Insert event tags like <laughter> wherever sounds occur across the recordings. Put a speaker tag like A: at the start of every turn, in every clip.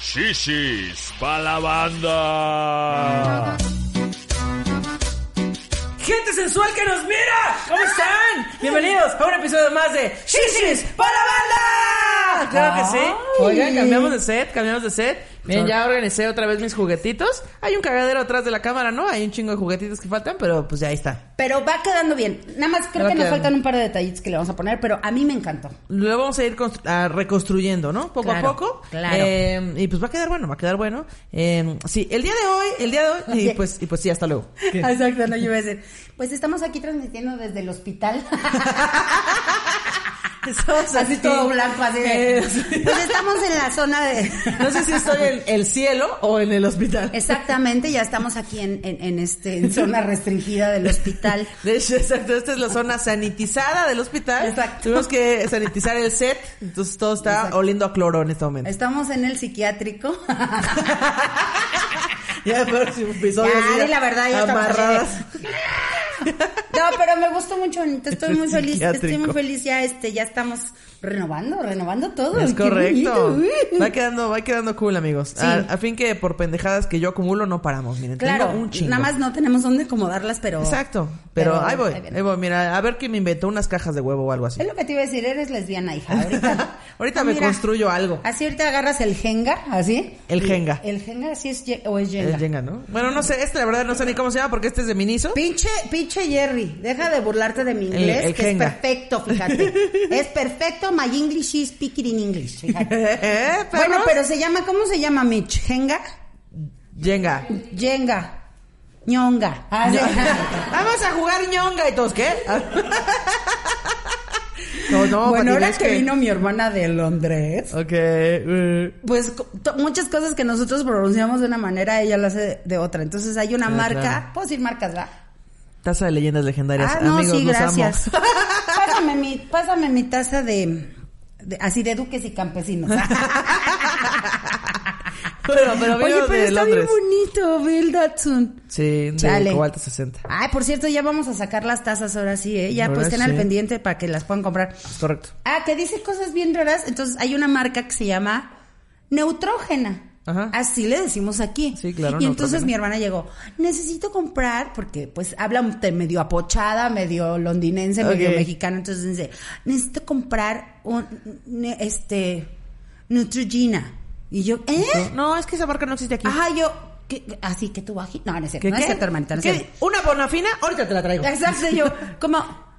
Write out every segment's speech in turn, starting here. A: Shishis pa' la banda.
B: Gente sensual que nos mira, ¿cómo están? Bienvenidos a un episodio más de Shishis para la banda. Claro que sí. Oigan, cambiamos de set, cambiamos de set. Bien, ya organicé otra vez mis juguetitos. Hay un cagadero atrás de la cámara, ¿no? Hay un chingo de juguetitos que faltan, pero pues ya ahí está.
C: Pero va quedando bien. Nada más creo
B: Va
C: que nos
B: quedando.
C: faltan un par de detallitos que le vamos a poner, pero a mí me encantó.
B: Lo vamos a ir constru- a reconstruyendo, ¿no? Poco
C: Claro,
B: a poco.
C: claro.
B: Eh, y pues va a quedar bueno, va a quedar bueno. Eh, sí, el día de hoy, el día de hoy, y
C: Ok.
B: pues, y pues sí, hasta luego.
C: <laughs>
B: <laughs>
C: Exacto, no, yo iba a decir. Pues estamos aquí transmitiendo desde
B: <laughs>
C: el hospital.
B: Estamos
C: así
B: aquí.
C: todo blanco, así de.
B: Eh, sí.
C: Pues estamos en la zona de. <laughs>
B: No sé si estoy en el cielo o en el hospital.
C: Exactamente, ya estamos aquí en, en, en este, en zona restringida del hospital.
B: De hecho, exacto, esta es la zona sanitizada del hospital.
C: Exacto.
B: Tuvimos que sanitizar el set, entonces todo está
C: Exacto.
B: oliendo a cloro en este momento.
C: Estamos en el psiquiátrico. <laughs>
B: Ya el próximo episodio.
C: Ya,
B: así,
C: di la verdad, ya estamos
B: amarradas.
C: No, pero me gustó mucho, Anita, estoy muy feliz, estoy
B: Psiquiátrico.
C: muy feliz, ya este, ya estamos renovando, renovando todo.
B: Es
C: qué
B: correcto.
C: bonito.
B: Va quedando, va quedando cool, amigos. Ah,
C: Sí.
B: A, a fin que por pendejadas que yo acumulo no paramos. Miren,
C: Claro,
B: tengo un chingo.
C: nada más no tenemos dónde acomodarlas, pero...
B: Exacto. Pero,
C: Pero
B: ahí voy,
C: ahí viene.
B: ahí voy. Mira, a ver que me inventó unas cajas de huevo o algo así.
C: Es lo que te iba a decir, eres lesbiana,
B: <laughs>
C: hija. Ahorita,
B: Ahorita
C: Ah,
B: me
C: mira.
B: construyo algo.
C: Así ahorita agarras el jenga, así.
B: El
C: Y-
B: jenga.
C: El jenga, así es, ye- o es
B: El
C: jenga.
B: Jenga, ¿no? Bueno, no sé, este la verdad no sé ni cómo se llama porque este es de Miniso.
C: Pinche, pinche Jerry, deja de burlarte de mi
B: El-
C: inglés,
B: el
C: que
B: jenga.
C: es perfecto,
B: <laughs>
C: fíjate. es perfecto, my English is speaking in
B: <laughs>
C: English, fíjate.
B: <laughs> ¿Eh, perros?
C: Bueno, pero se llama, ¿cómo se llama, Mitch? ¿Jenga?
B: Jenga.
C: Jenga. Ñonga. Ah, sí.
B: <laughs> Vamos a jugar ñonga y todos, ¿qué? <laughs> no, no, pues
C: bueno,
B: Pati,
C: ahora
B: es
C: que vino mi hermana de Londres,
B: Ok. eh.
C: pues co- to- muchas cosas que nosotros pronunciamos de una manera, ella lo hace de, de otra. Entonces hay una
B: Ah,
C: marca,
B: claro.
C: puedo decir marcas, ¿va?
B: Taza de leyendas legendarias.
C: Ah, no,
B: Amigos,
C: sí,
B: los <laughs>
C: gracias.
B: amo.
C: pásame mi, pásame mi taza de, de- así de duques y campesinos.
B: Pero, <laughs> pero
C: Oye,
B: vino
C: pero
B: de
C: está
B: Londres.
C: bien bonito, Bill Datsun.
B: Sí, de
C: Chale.
B: Cobalto 60.
C: Ay, por cierto, ya vamos a sacar las tazas ahora sí, ¿eh? Ya
B: Ahora
C: pues estén al
B: sí.
C: pendiente para que las puedan comprar.
B: Es correcto.
C: Ah, que dice cosas bien raras. Entonces hay una marca que se llama Neutrógena.
B: Ajá.
C: Así le decimos aquí.
B: Sí, claro,
C: Y entonces
B: Neutrógena.
C: mi hermana llegó, necesito comprar, porque pues habla un te- medio apochada, medio londinense, medio
B: Ok.
C: mexicano. Entonces dice, necesito comprar un, ne- este, Neutrogena. Y yo, ¿eh?
B: No, es que esa marca no existe aquí.
C: Ajá, yo, ¿qué- qué? así que tú bajito. No, no es cierto, no es cierto, hermanita, no es
B: ¿Qué?
C: cierto.
B: ¿Una bonafina? Ahorita te la traigo.
C: Exacto, yo, como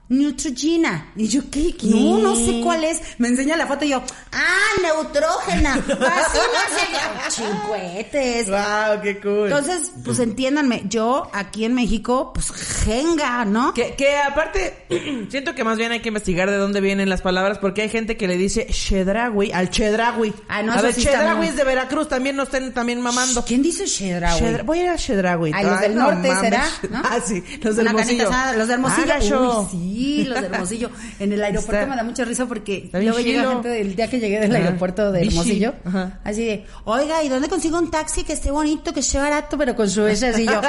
C: Neutrogena. Y yo, ¿qué?
B: ¿Qué?
C: No, no sé cuál es. Me enseña la foto y yo, ah, neutrógena. Así no sé. Chincuetes.
B: Wow, qué cool.
C: Entonces, pues entiéndanme, yo aquí en México, pues jenga, ¿no?
B: Que, que aparte, <clears throat> siento que más bien hay que investigar de dónde vienen las palabras, porque hay gente que le dice Chedragui al Chedragui.
C: Ah, no,
B: a
C: eso
B: ver,
C: sí está
B: Chedragui
C: mal.
B: es de Veracruz, también no estén también mamando.
C: ¿Quién dice Shedra, güey?
B: Chedra- voy a ir a Chedragui.
C: A los del norte será, ¿no?
B: Ah, sí, los de
C: Una canita
B: Hermosillo.
C: asada, los de Hermosillo.
B: Ah, gacho.
C: Uy, sí, los de Hermosillo. En el aeropuerto
B: Está-
C: me da mucha risa porque
B: está bien
C: luego llega
B: chilo.
C: gente del día que llegué del
B: Ajá.
C: aeropuerto de
B: Bichi.
C: Hermosillo.
B: Ajá.
C: Así de, oiga, ¿y dónde consigo un taxi que esté bonito, que esté barato, pero con su ese
B: <laughs>
C: así yo?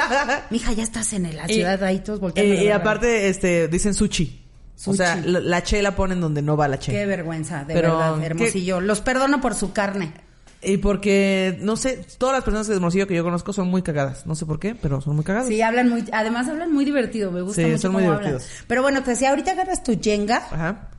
C: Mija, ya estás en la
B: Y-
C: ciudad ahí todos
B: Y,
C: volteando.
B: y Eh, aparte, este, dicen sushi. O
C: Sushi.
B: sea, la, la che la ponen donde no va la che.
C: Qué vergüenza, de
B: Pero,
C: verdad, Hermosillo. Los perdono por su carne.
B: Y porque, no sé, todas las personas de Hermosillo que yo conozco son muy cagadas. No sé por qué, pero son muy cagadas.
C: Sí, hablan muy, además hablan muy divertido, me gusta
B: Sí,
C: mucho
B: son muy
C: cómo hablan.
B: divertidos.
C: Pero bueno, te decía, ahorita agarras tu yenga.
B: Ajá.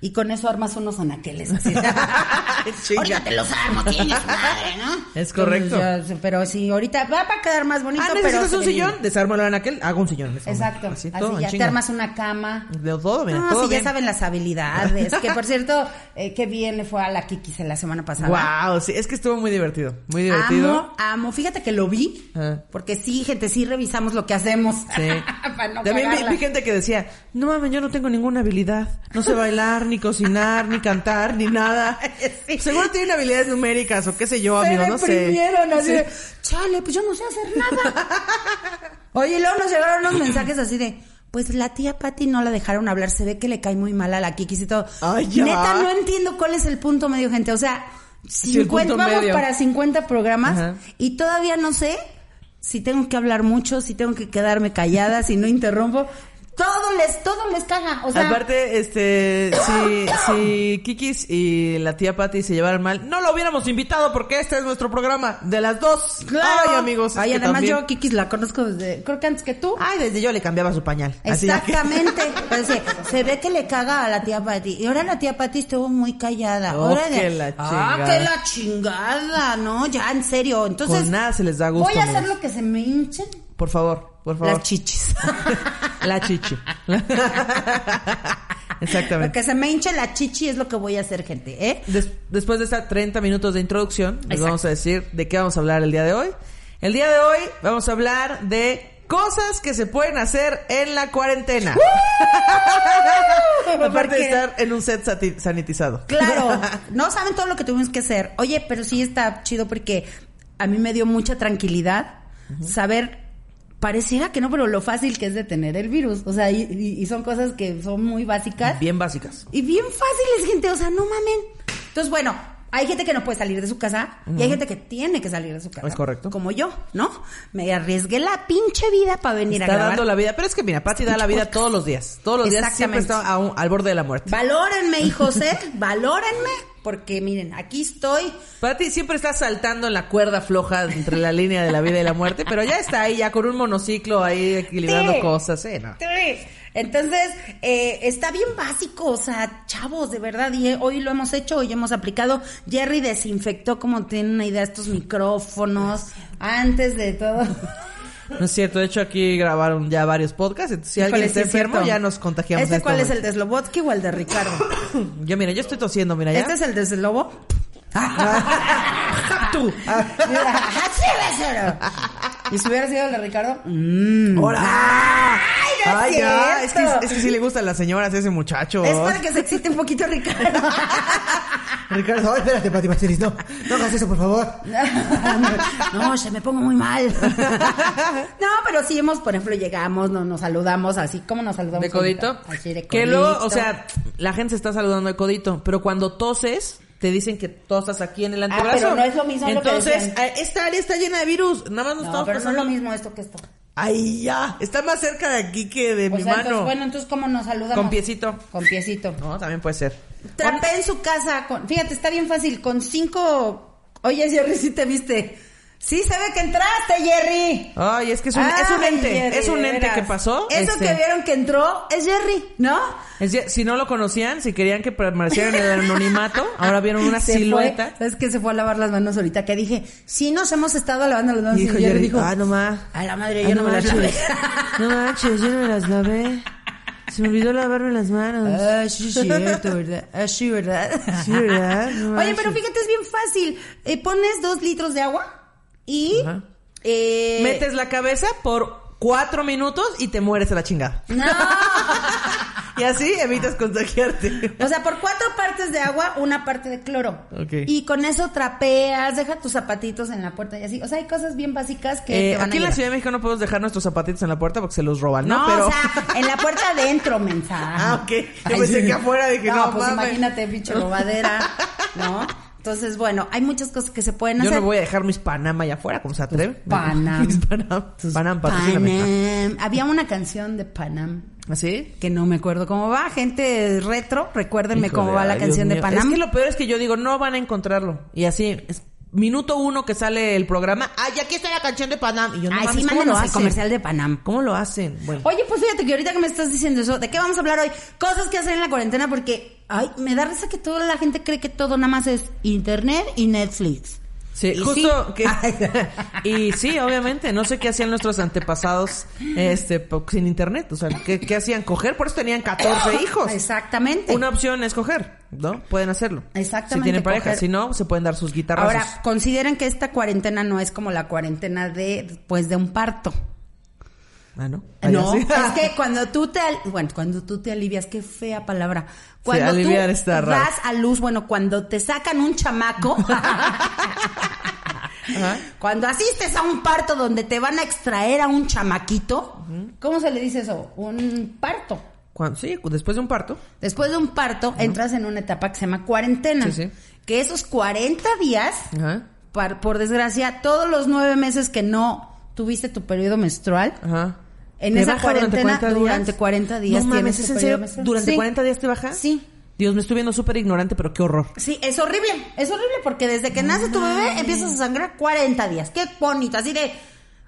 C: Y con eso armas unos anaqueles.
B: <laughs>
C: así.
B: Chinga.
C: ahorita te los armo, chinga tu madre, ¿no?
B: Es correcto.
C: Entonces, ya, pero sí, ahorita va para quedar más bonito.
B: Ah,
C: pero
B: ¿necesitas
C: se
B: un
C: ve
B: sillón?
C: bien.
B: Desármalo en aquel, hago un sillón. en ese momento.
C: Exacto. Así,
B: todo, en
C: ya te
B: chinga.
C: armas una cama.
B: De todo, mira,
C: no,
B: todo
C: sí,
B: bien.
C: ya saben las habilidades. Que por cierto, eh, qué bien le fue a la Kikis en la semana pasada.
B: Wow, sí, es que estuvo muy divertido, muy divertido.
C: Amo, amo. Fíjate que lo vi.
B: Ah.
C: Porque sí, gente, sí revisamos lo que hacemos.
B: Sí.
C: <laughs> para no
B: También vi,
C: cagarla.
B: vi gente que decía, no mames, yo no tengo ninguna habilidad. No sé bailar, ni cocinar, ni cantar, ni nada.
C: <laughs> Sí.
B: Seguro tiene habilidades numéricas o qué sé yo,
C: se
B: amigo, no sé.
C: deprimieron, así
B: Sí.
C: de, chale, pues yo no sé hacer nada. <laughs> Oye, y luego nos llegaron unos mensajes así de, pues la tía Patti no la dejaron hablar, se ve que le cae muy mal a la Kikis y todo.
B: Ay, ya.
C: Neta, no entiendo cuál es el punto medio, gente. O sea,
B: Sí, el
C: 50,
B: punto
C: vamos
B: medio.
C: para 50 programas
B: Ajá.
C: y todavía no sé si tengo que hablar mucho, si tengo que quedarme callada, si no interrumpo. Todo les, todo les caga. O sea,
B: Aparte, este,
C: <coughs>
B: si, si Kikis y la tía Patty se llevaran mal, no lo hubiéramos invitado porque este es nuestro programa de las dos. Ay, amigos. es
C: Ay,
B: que
C: además
B: también-
C: yo a Kikis la conozco desde, creo que antes que tú.
B: Ay, desde yo le cambiaba su pañal. Así ya que-
C: Exactamente. Pero sí, se ve que le caga a la tía Pati. Y ahora la tía Pati estuvo muy callada.
B: Oh,
C: ahora
B: que
C: de-
B: la
C: Ah,
B: chingada.
C: que la chingada, ¿no? Ya, en serio.
B: <laughs>
C: Entonces,
B: Con nada se les da gusto.
C: voy a hacer
B: amigos.
C: lo que se me hinchen
B: Por favor, por favor.
C: las chichis.
B: <laughs>
C: <laughs>
B: La chichi. <laughs>
C: lo
B: Exactamente.
C: que se me hinche la chichi es lo que voy a hacer, gente, ¿eh?
B: Des- después de estas 30 minutos de introducción, les
C: Exacto.
B: vamos a decir de qué vamos a hablar el día de hoy. El día de hoy vamos a hablar de cosas que se pueden hacer en la cuarentena.
C: ¡Uh!
B: Aparte de
C: Porque-
B: estar en un set sati- sanitizado.
C: Claro, <laughs> no saben todo lo que tuvimos que hacer. Oye, pero sí está chido porque a mí me dio mucha tranquilidad saber, pareciera que no, pero lo fácil que es detener el virus. O sea, y, y- y son cosas que son muy
B: <laughs>
C: básicas
B: Bien básicas.
C: y bien fáciles, gente. O sea, no mamen. Entonces, bueno, hay gente que no puede salir de su casa y hay gente que tiene que salir de su casa.
B: Es correcto.
C: Como yo, ¿no? Me arriesgué la pinche vida para venir a
B: Está
C: grabar.
B: dando la vida. Pero es que mira, Patti da la vida todos los días. Todos los días siempre
C: Exactamente.
B: está a un- al borde de la muerte.
C: Valórenme, hijos, ¿eh? Valórenme. Porque miren, aquí estoy.
B: Pati siempre está saltando en la cuerda floja entre la línea de la vida y la muerte, pero ya está ahí, ya con un monociclo ahí equilibrando
C: Sí.
B: cosas, ¿eh? No.
C: Sí. Entonces, eh, está bien básico, o sea, chavos, de verdad, y eh, hoy lo hemos hecho, hoy hemos aplicado. Jerry desinfectó, como tienen una idea, estos micrófonos antes de
B: <laughs>
C: todo.
B: No es cierto, de hecho aquí grabaron ya varios podcasts, entonces si alguien
C: Híjole,
B: está
C: sí es
B: enfermo
C: cierto.
B: ya nos contagiamos.
C: ¿Este
B: en este
C: cuál es el
B: momento.
C: de Slobotsky o el de Ricardo?
B: Yo mira, yo estoy tosiendo, mira <coughs> ya. Ah,
C: ¿Este es el de Slobo?
B: <coughs>
C: <laughs>
B: Tú.
C: <coughs> Mira, así va a
B: <coughs>
C: ser. ¿Y si hubiera sido el de Ricardo? Mm.
B: ¡Hola!
C: ¡Ay, no es
B: Ay, ya, es que,
C: cierto!
B: es que sí le gustan las señoras a ese muchacho.
C: Es para que se excite un poquito Ricardo.
B: <laughs>
D: Ricardo, ay, espérate, Pati Marcelis, no, no hagas eso, por favor.
C: <laughs> no, se me pongo
B: <laughs>
C: muy mal. no, pero sí hemos, por ejemplo, llegamos, no, nos saludamos así como nos saludamos.
B: De codito.
C: ahorita, Así de codito.
B: Que luego, o sea, la gente se está saludando de codito, pero cuando toses, te dicen que tosas aquí en el antebrazo.
C: Ah, pero no es lo mismo lo que
B: Entonces,
C: decían.
B: eh, esta área está llena de virus. Nada más nos
C: No,
B: estamos
C: pero no es
B: pasando-
C: lo mismo esto que esto.
B: Ay, ya. Está más cerca de aquí que de
C: O
B: mi
C: sea,
B: mano.
C: entonces, bueno, entonces, ¿cómo nos saludamos?
B: Con piecito.
C: Con piecito.
B: No, también puede ser.
C: Trapé en su casa. Con, fíjate, está bien fácil. Con cinco. Oye, Jerry, sí te viste. Sí, se ve que entraste, Jerry.
B: Ay, es que es un, es un
C: Ay,
B: ente.
C: Jerry,
B: es un
C: de
B: ente
C: veras.
B: que pasó.
C: Eso
B: este,
C: que vieron que entró es Jerry, ¿no?
B: es ya- si no lo conocían, si querían que permaneciera en el <laughs> anonimato, ahora vieron una
C: <laughs> Se
B: silueta.
C: fue, ¿Sabes que Se fue a lavar las manos ahorita que dije, sí nos hemos estado lavando las manos.
B: Y dijo
C: Y Jerry
B: Jerry,
C: dijo,
B: ah, no Ah, más.
C: a la madre,
B: Ay,
C: yo no me las lavé.
B: <laughs> No manches, yo no me las lavé. Se me olvidó lavarme las manos.
C: <laughs> Ah, sí, cierto, ¿verdad? Ah, sí, ¿verdad?
B: <laughs> Sí, ¿verdad? No
C: <laughs> Oye,
B: manches.
C: pero fíjate, es bien fácil. Eh, pones dos litros de agua y...
B: Ajá.
C: eh,
B: Metes la cabeza por cuatro minutos y te mueres a la chingada.
C: No.
B: Y así evitas contagiarte.
C: O sea, por cuatro partes de agua, una parte de cloro.
B: Ok.
C: Y con eso trapeas, deja tus zapatitos en la puerta y así. O sea, hay cosas bien básicas que
B: Eh,
C: te van a
B: aquí en la
C: ayudar.
B: Ciudad de México no podemos dejar nuestros zapatitos en la puerta porque se los roban, ¿no?
C: No,
B: pero...
C: o sea, en la puerta adentro,
B: <laughs>
C: mensaje.
B: Ah, ok. Yo pensé que afuera dije, no,
C: pues
B: mames.
C: imagínate, bicho robadera, ¿no? Entonces, bueno, hay muchas cosas que se pueden
B: Yo
C: hacer.
B: no voy a dejar mis Panam allá afuera, como se atreve. <laughs>
C: Panam.
B: Mis Panam.
C: Tus
B: Panam, patrocíname.
C: Panam. Había una canción de Panam
B: ¿Así?
C: que no me acuerdo cómo va, gente retro, recuérdenme
B: Hijo
C: cómo
B: de-
C: va la
B: ay,
C: canción
B: Dios
C: de
B: mío. Es
C: Panam.
B: que lo peor es que yo digo, no van a encontrarlo. Y así, es minuto uno que sale el programa, ay, aquí está la canción de Panam. Y yo no
C: Ay,
B: mames,
C: sí,
B: ¿cómo lo
C: mándanos el
B: hacen?
C: comercial de Panam.
B: ¿Cómo lo hacen? Bueno,
C: Oye, pues fíjate que ahorita que me estás diciendo eso, ¿de qué vamos a hablar hoy? Cosas que hacer en la cuarentena porque, ay, me da risa que toda la gente cree que todo nada más es internet y Netflix.
B: sí,
C: y
B: justo
C: sí.
B: que... <laughs> y sí, obviamente, no sé qué hacían nuestros antepasados este po- sin internet. O sea, ¿qué, qué hacían? ¿Coger? Por eso tenían 14 hijos.
C: Exactamente.
B: Una opción es coger, ¿no? Pueden hacerlo.
C: Exactamente,
B: Si tienen pareja,
C: coger.
B: si no, se pueden dar sus guitarras.
C: Ahora, consideren que esta cuarentena no es como la cuarentena de después de un parto.
B: Ah, ¿no?
C: No,
B: Allá sí. <laughs>
C: es que cuando tú te al- bueno, cuando tú te alivias, qué fea palabra. Cuando
B: aliviar
C: tú
B: está raro.
C: das a luz, bueno, cuando te sacan un
B: <laughs>
C: chamaco, <laughs> cuando asistes a un parto donde te van a extraer a un chamaquito, ¿cómo se le dice eso? Un parto.
B: Cuan- sí, después de un parto.
C: Después de un parto entras en una etapa que se llama cuarentena,
B: Sí, sí.
C: que esos 40 días
B: Ajá.
C: par- por desgracia, todos los nueve meses que no tuviste tu periodo menstrual,
B: Ajá.
C: En
E: ¿Te
C: esa
E: baja durante
C: cuarentena,
E: 40 días?
C: durante 40 días
E: No mames,
C: tienes
E: ¿es
C: este
E: en serio?
C: periodo menstrual.
E: ¿Durante
C: Sí.
E: 40 días te baja?
C: Sí.
E: Dios, me estoy viendo súper ignorante, pero qué horror.
C: Sí, es horrible, es horrible porque desde que nace tu bebé empiezas a sangrar 40 días. Qué bonito, así de...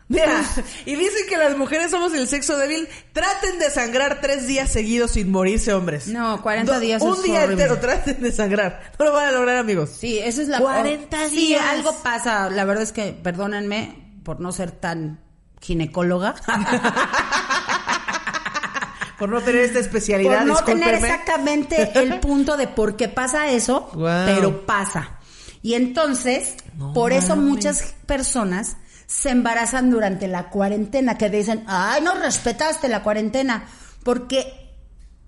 B: Mira, <laughs> y dicen que las mujeres somos el sexo débil. Traten de sangrar tres días seguidos sin morirse, hombres.
C: No, 40
B: Do-
C: días
B: Un
C: es
B: día
C: horrible.
B: entero traten de sangrar. No lo van a lograr, amigos.
C: Sí, eso es la...
B: 40
C: Sí,
B: días.
C: algo pasa. La verdad es que, perdónenme por no ser tan ginecóloga.
B: Por no tener esta especialidad,
C: por no tener
B: discúlpenme.
E: <laughs>
C: exactamente el punto de por qué pasa eso,
E: Guau.
C: pero pasa. Y entonces,
E: No
C: por eso
E: mames.
C: muchas personas se embarazan durante la cuarentena, que dicen, ay, no respetaste la cuarentena, porque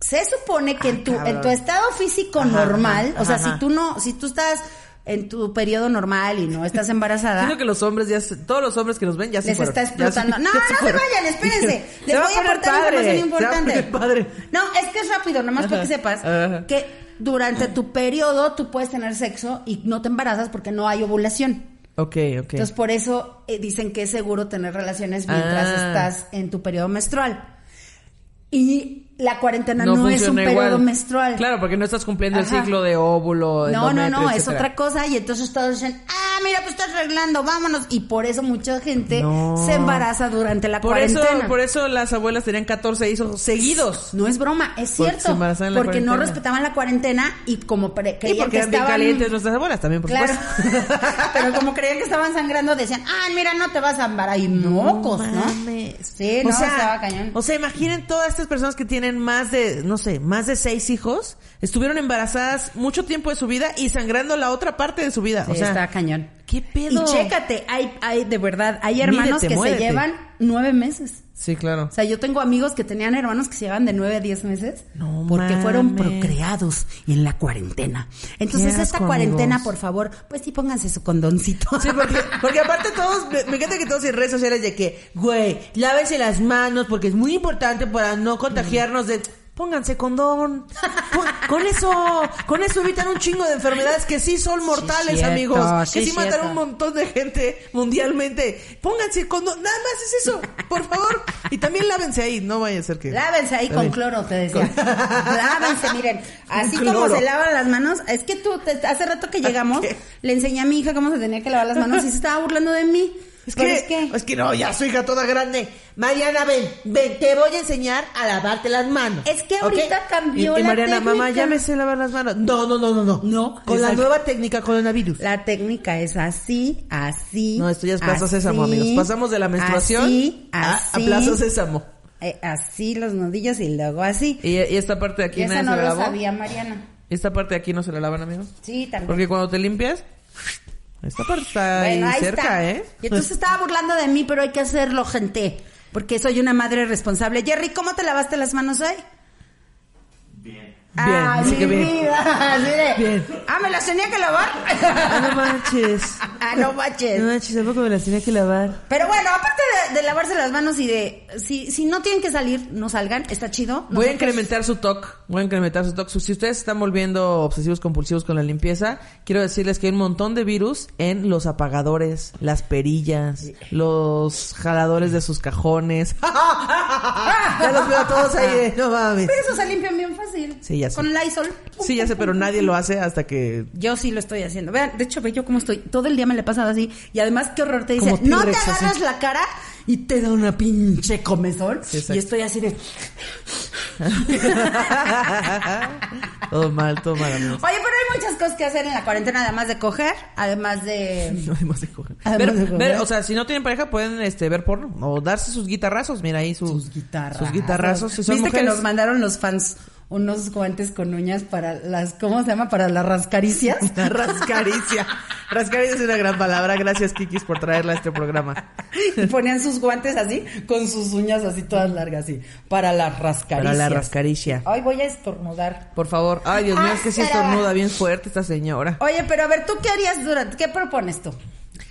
C: se supone que en, tu, en tu estado físico normal,
E: ajá,
C: o sea,
E: ajá.
C: si tú no, si tú estás en tu periodo normal y no estás embarazada,
E: Siento que los hombres ya, se- todos los hombres que nos ven ya se
C: ¿Ah? les
E: fueron.
C: está
E: Ya se-
C: explotando.
E: ya
C: no,
E: se
C: no se
E: fueron.
C: vayan, espérense.
E: <laughs> Se
C: Les
E: va a
C: voy a
E: poner
C: aportar
E: padre,
C: información
E: se va a
C: importante.
E: poner padre.
C: No, es que es rápido, nomás para que sepas
E: ajá.
C: que durante tu periodo tú puedes tener sexo y no te embarazas porque no hay ovulación.
E: Ok, ok.
C: Entonces, por eso eh, dicen que es seguro tener relaciones mientras
E: Ah.
C: estás en tu periodo menstrual. Y la cuarentena no, es un
E: funciona
C: periodo
E: igual.
C: menstrual.
E: Claro, porque no estás cumpliendo
C: Ajá.
E: el ciclo de óvulo.
C: No, no, no,
E: endometrio,
C: es
E: etcétera.
C: otra cosa y entonces todos dicen, ah, mira, pues estás arreglando, vámonos. Y por eso mucha gente
E: No.
C: se embaraza durante la
E: Por eso,
C: cuarentena.
E: por eso las abuelas tenían 14 hijos seguidos.
C: No es broma,
E: Porque
C: es
E: se
C: cierto.
E: embarazaban en la
C: porque no
E: cuarentena.
C: respetaban la cuarentena y como pre-
E: Y
C: creían
E: porque
C: que
E: eran bien
C: estaban
E: calientes nuestras abuelas también, por
C: Claro.
E: supuesto.
C: <laughs>
E: <laughs>
C: Pero como creían que estaban sangrando, decían, ah, mira, no te vas a embarazar. Y mocos, ¿no? Sí, no, estaba cañón.
E: O sea, imaginen todas estas personas que tienen más de, no sé, más de seis hijos, estuvieron embarazadas mucho tiempo de su vida y sangrando la otra parte de su vida. o
C: Sí,
E: sea,
C: está cañón.
E: ¿qué pedo?
C: Y chécate, hay, hay, de verdad, hay hermanos
E: Mídete,
C: que
E: muévete.
C: se llevan nueve meses.
E: Sí, claro.
C: O sea, yo tengo amigos que tenían hermanos que se llevan de 9 a 10 meses
E: No
C: porque fueron
E: mames.
C: procreados en la cuarentena. Entonces,
E: Qué
C: esta
E: asco,
C: cuarentena,
E: amigos.
C: por favor, pues sí, pónganse su condoncito.
B: Sí,
C: <laughs>
B: porque, porque aparte todos, me, me encanta que todos en redes sociales de que, güey, lávense las manos porque es muy importante para no contagiarnos de... Pónganse condón. Pon- Con eso, con eso evitan un chingo de enfermedades que sí son mortales,
C: cierto,
B: amigos. Que
C: sí,
B: sí, mataron
C: cierto.
B: un montón de gente mundialmente. Pónganse condón. Nada más es eso, por favor. Y también lávense ahí, no vaya a ser que...
C: Lávense ahí con
B: También.
C: cloro, te decía. <laughs> Lávense, miren. Así
B: Con
C: como
B: cloro.
C: se lavan las manos. Es que tú, te- hace rato que llegamos,
B: ¿Qué?
C: le enseñé a mi hija cómo se tenía que lavar las manos y se estaba burlando de mí.
B: Es
C: Pero
B: que, es que, no, ya soy hija toda grande. Mariana, ven, ven, te voy a enseñar a lavarte las manos.
C: Es que ahorita
B: ¿ok?
C: cambió
B: Y- y
C: la
B: Mariana, mamá,
C: técnica.
B: ya me sé lavar las manos. No, no, no, no, no.
C: No,
B: Con la
C: exacto.
B: nueva técnica coronavirus.
C: La técnica es así, así.
E: No, esto ya es Plaza
C: así,
E: Sésamo, amigos. Pasamos de la menstruación
C: así,
E: a-
C: así,
E: a Plaza Sésamo.
C: eh, así los nudillos y luego así.
E: Y, y esta parte de aquí
C: Y eso
E: nadie
C: no
E: se la
C: lo
E: lavó.
C: sabía Mariana.
E: Esta parte de aquí no se la lavan, amigos.
C: Sí, también.
E: Porque cuando te limpias, esta parte está
C: Bueno,
E: ahí
C: ahí
E: cerca,
C: está.
E: ¿eh?
C: Y entonces estaba burlando de mí, pero hay que hacerlo, gente. Porque soy una madre responsable. Jerry, ¿cómo te lavaste las manos hoy? Bien.
E: Bien,
C: Ay,
E: dice que
C: mi
E: bien.
C: vida. <laughs> Así de,
E: Bien.
C: Ah, ¿me las tenía que lavar?
E: <laughs> Ah, no manches.
C: <laughs> ah, no manches.
E: No manches, tampoco me las tenía que lavar.
C: Pero bueno, aparte de, de lavarse las manos y de... Si, si no tienen que salir, no salgan. Está
E: Voy
C: chido.
E: a
C: Nosotros-
E: incrementar su TOC. Voy a incrementar su TOC. Si ustedes están volviendo obsesivos compulsivos con la limpieza, quiero decirles que hay un montón de virus en los apagadores, las perillas, los jaladores de sus cajones. <laughs>
B: ya los veo a todos ahí,
E: eh,
B: de, no mames.
C: Pero eso se limpian bien fácil.
E: Sí, ya sé.
C: Con Lysol.
E: Sí, ya sé, pero nadie lo hace hasta que... <laughs>
C: Yo sí lo estoy haciendo. Vean, de hecho, ve yo cómo estoy. Todo el día me le he pasado así. Y además, qué horror te dice,
E: Como
C: no te
E: T-Rex,
C: agarras
E: así.
C: la cara y te da una pinche comezón.
E: Sí, exacto.
C: y estoy
E: <laughs>
C: así de...
E: todo mal, todo mal, amigos.
C: Oye, pero hay muchas cosas que hacer en la cuarentena, además de coger, además de...
E: No hay más de coger.
C: Además
E: Ver-
C: de coger.
E: ver, o sea, si no tienen pareja, pueden este, ver porno o darse sus guitarrazos. Mira ahí sus,
C: Sus guitarras.
E: Sus guitarrazos. Si son
C: Viste que
E: mujeres-
C: nos mandaron los fans unos guantes con uñas para las... ¿Cómo se llama? Para las rascaricias.
E: <laughs> Rascaricia. Rascaricia es una gran palabra. Gracias, Kikis, por traerla a este programa.
C: <laughs> Y ponían sus guantes así, con sus uñas así todas largas, así. Para las rascaricias.
E: Para la rascaricia.
C: Hoy voy a estornudar.
E: Por favor. Ay, Dios mío, es que sí estornuda bien fuerte esta señora.
C: Oye, pero a ver, ¿tú qué harías durante? ¿Qué propones tú?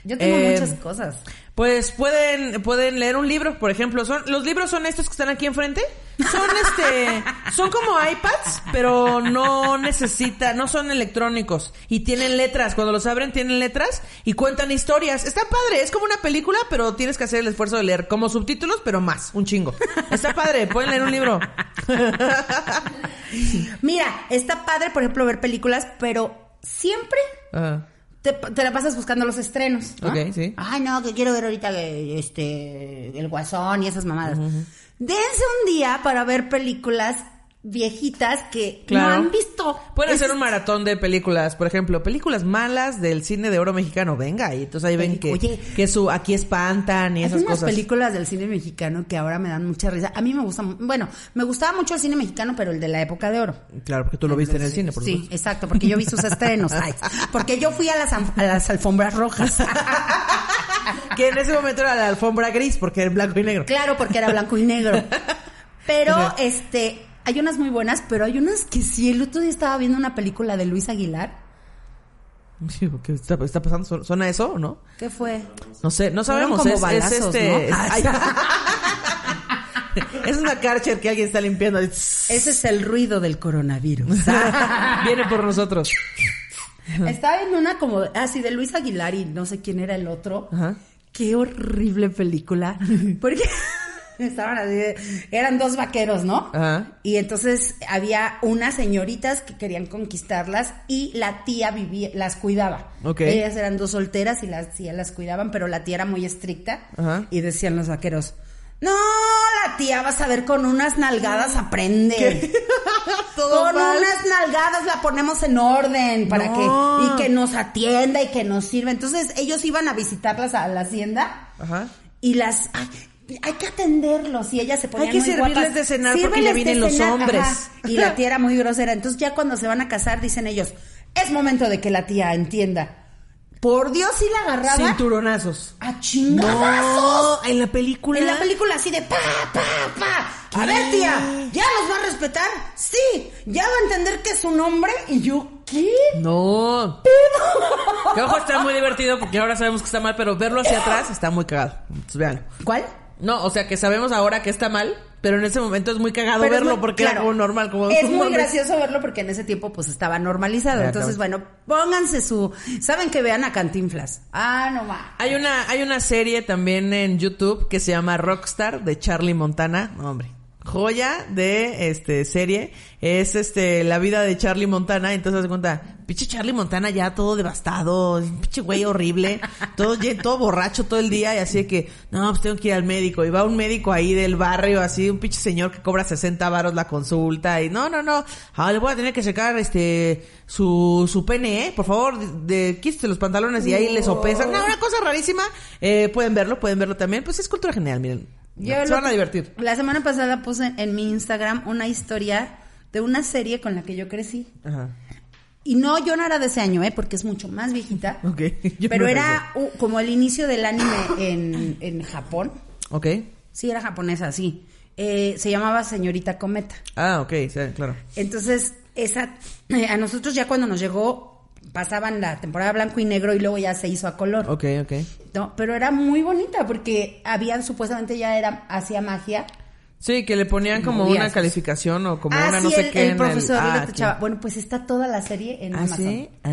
C: Yo tengo
E: Eh,
C: muchas cosas.
B: Pues pueden, pueden leer un libro, por ejemplo. Son, los libros son estos que están aquí enfrente. Son este, son como iPads, pero no necesita, no son electrónicos. Y tienen letras. Cuando los abren tienen letras y cuentan historias. Está padre, es como una película, pero tienes que hacer el esfuerzo de leer. Como subtítulos, pero más, un chingo. Está padre, pueden leer un libro.
C: Mira, está padre, por ejemplo, ver películas, pero siempre
B: Ajá.
C: te, te la pasas buscando los estrenos. ¿no?
B: Ok, sí.
C: Ay, no, que quiero ver ahorita eh, este el guasón y esas mamadas. Dense un día para ver películas viejitas que
B: Claro.
C: no han visto.
B: Pueden
C: Es-
B: hacer un maratón de películas, por ejemplo, películas malas del cine de oro mexicano. Venga, y entonces ahí ven que,
C: Oye.
B: que su aquí espantan y
C: Hay
B: esas
C: unas
B: cosas.
C: películas del cine mexicano que ahora me dan mucha risa. A mí me gusta, mu- bueno, me gustaba mucho el cine mexicano, pero el de la época de oro.
B: Claro, porque tú lo viste en el cine, por
C: Sí,
B: supuesto.
C: exacto, porque yo vi
B: <laughs>
C: sus estrenos. Ay, porque yo fui a las, alf- a las
B: <laughs>
C: alfombras rojas.
B: Que en ese momento era la alfombra gris, porque era en blanco y negro.
C: Claro, porque era blanco y negro. Pero,
B: Ajá.
C: este, hay unas muy buenas, pero hay unas que sí. El otro día estaba viendo una película de Luis Aguilar.
B: Digo, <laughs> ¿Qué está, está pasando? ¿Su- ¿Suena eso o no?
C: ¿Qué fue?
B: No sé, no
C: Fueron
B: sabemos.
C: como
B: es, es
C: balazos,
B: este.
C: ¿no?
B: es-
C: Ah, <laughs>
B: ay. es una Karcher que alguien está limpiando.
C: Ese es el ruido del coronavirus.
B: <laughs> Viene por nosotros.
C: estaba en una como, así de Luis Aguilar y no sé quién era el otro.
B: Ajá.
C: Qué horrible película. Porque <laughs> estaban así, de- eran dos vaqueros, ¿no?
B: Ajá.
C: Y entonces había unas señoritas que querían conquistarlas y la tía vivía, las cuidaba.
B: Ok.
C: Ellas eran dos solteras y las tías las cuidaban, pero la tía era muy estricta
B: Ajá.
C: y decían los vaqueros. No, la tía vas a ver con unas nalgadas aprende. <laughs>
B: Todo
C: con
B: mal.
C: unas nalgadas la ponemos en orden para
B: No.
C: que y que nos atienda y que nos sirva. Entonces ellos iban a visitarlas a la hacienda
B: Ajá.
C: y las ay, hay que atenderlos y ellas se ponían
B: Hay que
C: muy
B: servirles
C: guapas.
B: de cenar porque ya
C: de
B: vienen los
C: cenar,
B: hombres.
C: ajá. y la tía era muy grosera entonces ya cuando se van a casar dicen ellos es momento de que la tía entienda por Dios si la agarraba
B: Cinturonazos.
C: a chingazos
B: en la película.
C: en la película así de pa pa pa a
B: ¿Qué?
C: ver tía ya nos va a respetar sí ya va a entender que es un hombre y yo qué
B: No. Que ojo, está muy divertido porque ahora sabemos que está mal, pero verlo hacia atrás está muy cagado. Entonces, véanlo.
C: cuál
B: No, o sea, que sabemos ahora que está mal, pero en ese momento es muy cagado
C: Pero es
B: verlo
C: muy-
B: porque era
C: claro.
B: como normal. Como,
C: es
B: <laughs> no
C: muy
B: mames.
C: gracioso verlo porque en ese tiempo pues estaba normalizado.
B: Ya,
C: Entonces,
B: claro.
C: bueno, pónganse su... Saben que vean a Cantinflas. Ah, no más.
B: Hay una, hay una serie también en YouTube que se llama Rockstar de Charlie Montana. No, hombre. Joya de este serie. Es este la vida de Charlie Montana. Entonces se cuenta, pinche Charlie Montana ya todo devastado, es un pinche güey horrible, todo, lle- todo borracho todo el día, y así de que, no, pues tengo que ir al médico. Y va un médico ahí del barrio, así, un pinche señor que cobra 60 varos la consulta, y no, no, no, ah, le voy a tener que checar este su, su pene, ¿eh? por favor, de, de- quítese los pantalones y ahí le sopesan. No, una cosa rarísima. Eh, pueden verlo, pueden verlo también. Pues es cultura general, miren.
C: Yo
B: se
C: lo-
B: van a divertir.
C: La semana pasada puse en mi Instagram una historia de una serie con la que yo crecí.
B: Ajá.
C: Y no, yo no era de ese año, ¿eh? Porque es mucho más viejita.
B: <laughs> Ok. Yo
C: Pero
B: no
C: era uh, como el inicio del anime en, en Japón.
B: Ok.
C: Sí, era japonesa, sí. Eh, se llamaba Señorita Cometa.
B: Ah, ok, sí, claro.
C: Entonces, esa, eh, a nosotros ya cuando nos llegó, pasaban la temporada blanco y negro y luego ya se hizo a color.
B: Ok, ok.
C: No, pero era muy bonita porque habían supuestamente ya era hacía magia.
B: Sí, que le ponían como
C: Movías.
B: una calificación o como
C: ah,
B: una
C: sí,
B: no sé
C: el,
B: qué.
C: el
B: en
C: profesor
B: ah,
C: la
B: ok.
C: tachaba. Bueno, pues está toda la serie en
B: Ah,
C: Amazon.
B: sí. Ah.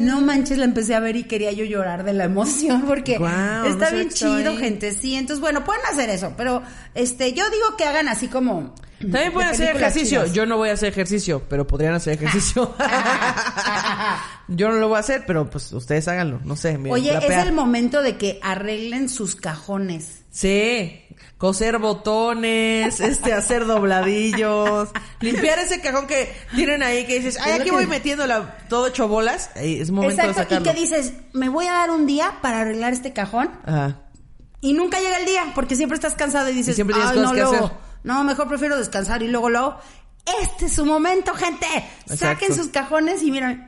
C: No manches, la empecé a ver y quería yo llorar de la emoción <laughs> porque
B: Guau, no
C: está
B: sabía
C: bien
B: que estaba
C: chido,
B: ahí.
C: gente. Sí, entonces bueno, pueden hacer eso, pero este yo digo que hagan así como de
B: También pueden hacer
C: películas
B: ejercicio.
C: chidas.
B: Yo no voy a hacer ejercicio, pero podrían hacer
C: <laughs>
B: ejercicio. Yo no lo voy a hacer, pero pues ustedes háganlo. No sé. miren,
C: Oye, es
B: trapear.
C: el momento de que arreglen sus cajones.
B: Sí, coser botones, <laughs> este, hacer dobladillos, limpiar ese cajón que tienen ahí que dices, ay,
C: Es lo
B: aquí
C: que-
B: voy metiendo la, todo ocho bolas, eh, es momento de
C: Exacto, y
B: sacarlo.
C: que dices, me voy a dar un día para arreglar este cajón
B: Ajá.
C: y nunca llega el día porque siempre estás cansado y dices,
B: Y siempre tienes
C: "Ay,
B: cosas
C: no,
B: que
C: luego,
B: hacer".
C: no, mejor prefiero descansar y luego luego. Este es su momento, gente. Saquen
B: Exacto.
C: sus cajones y miren,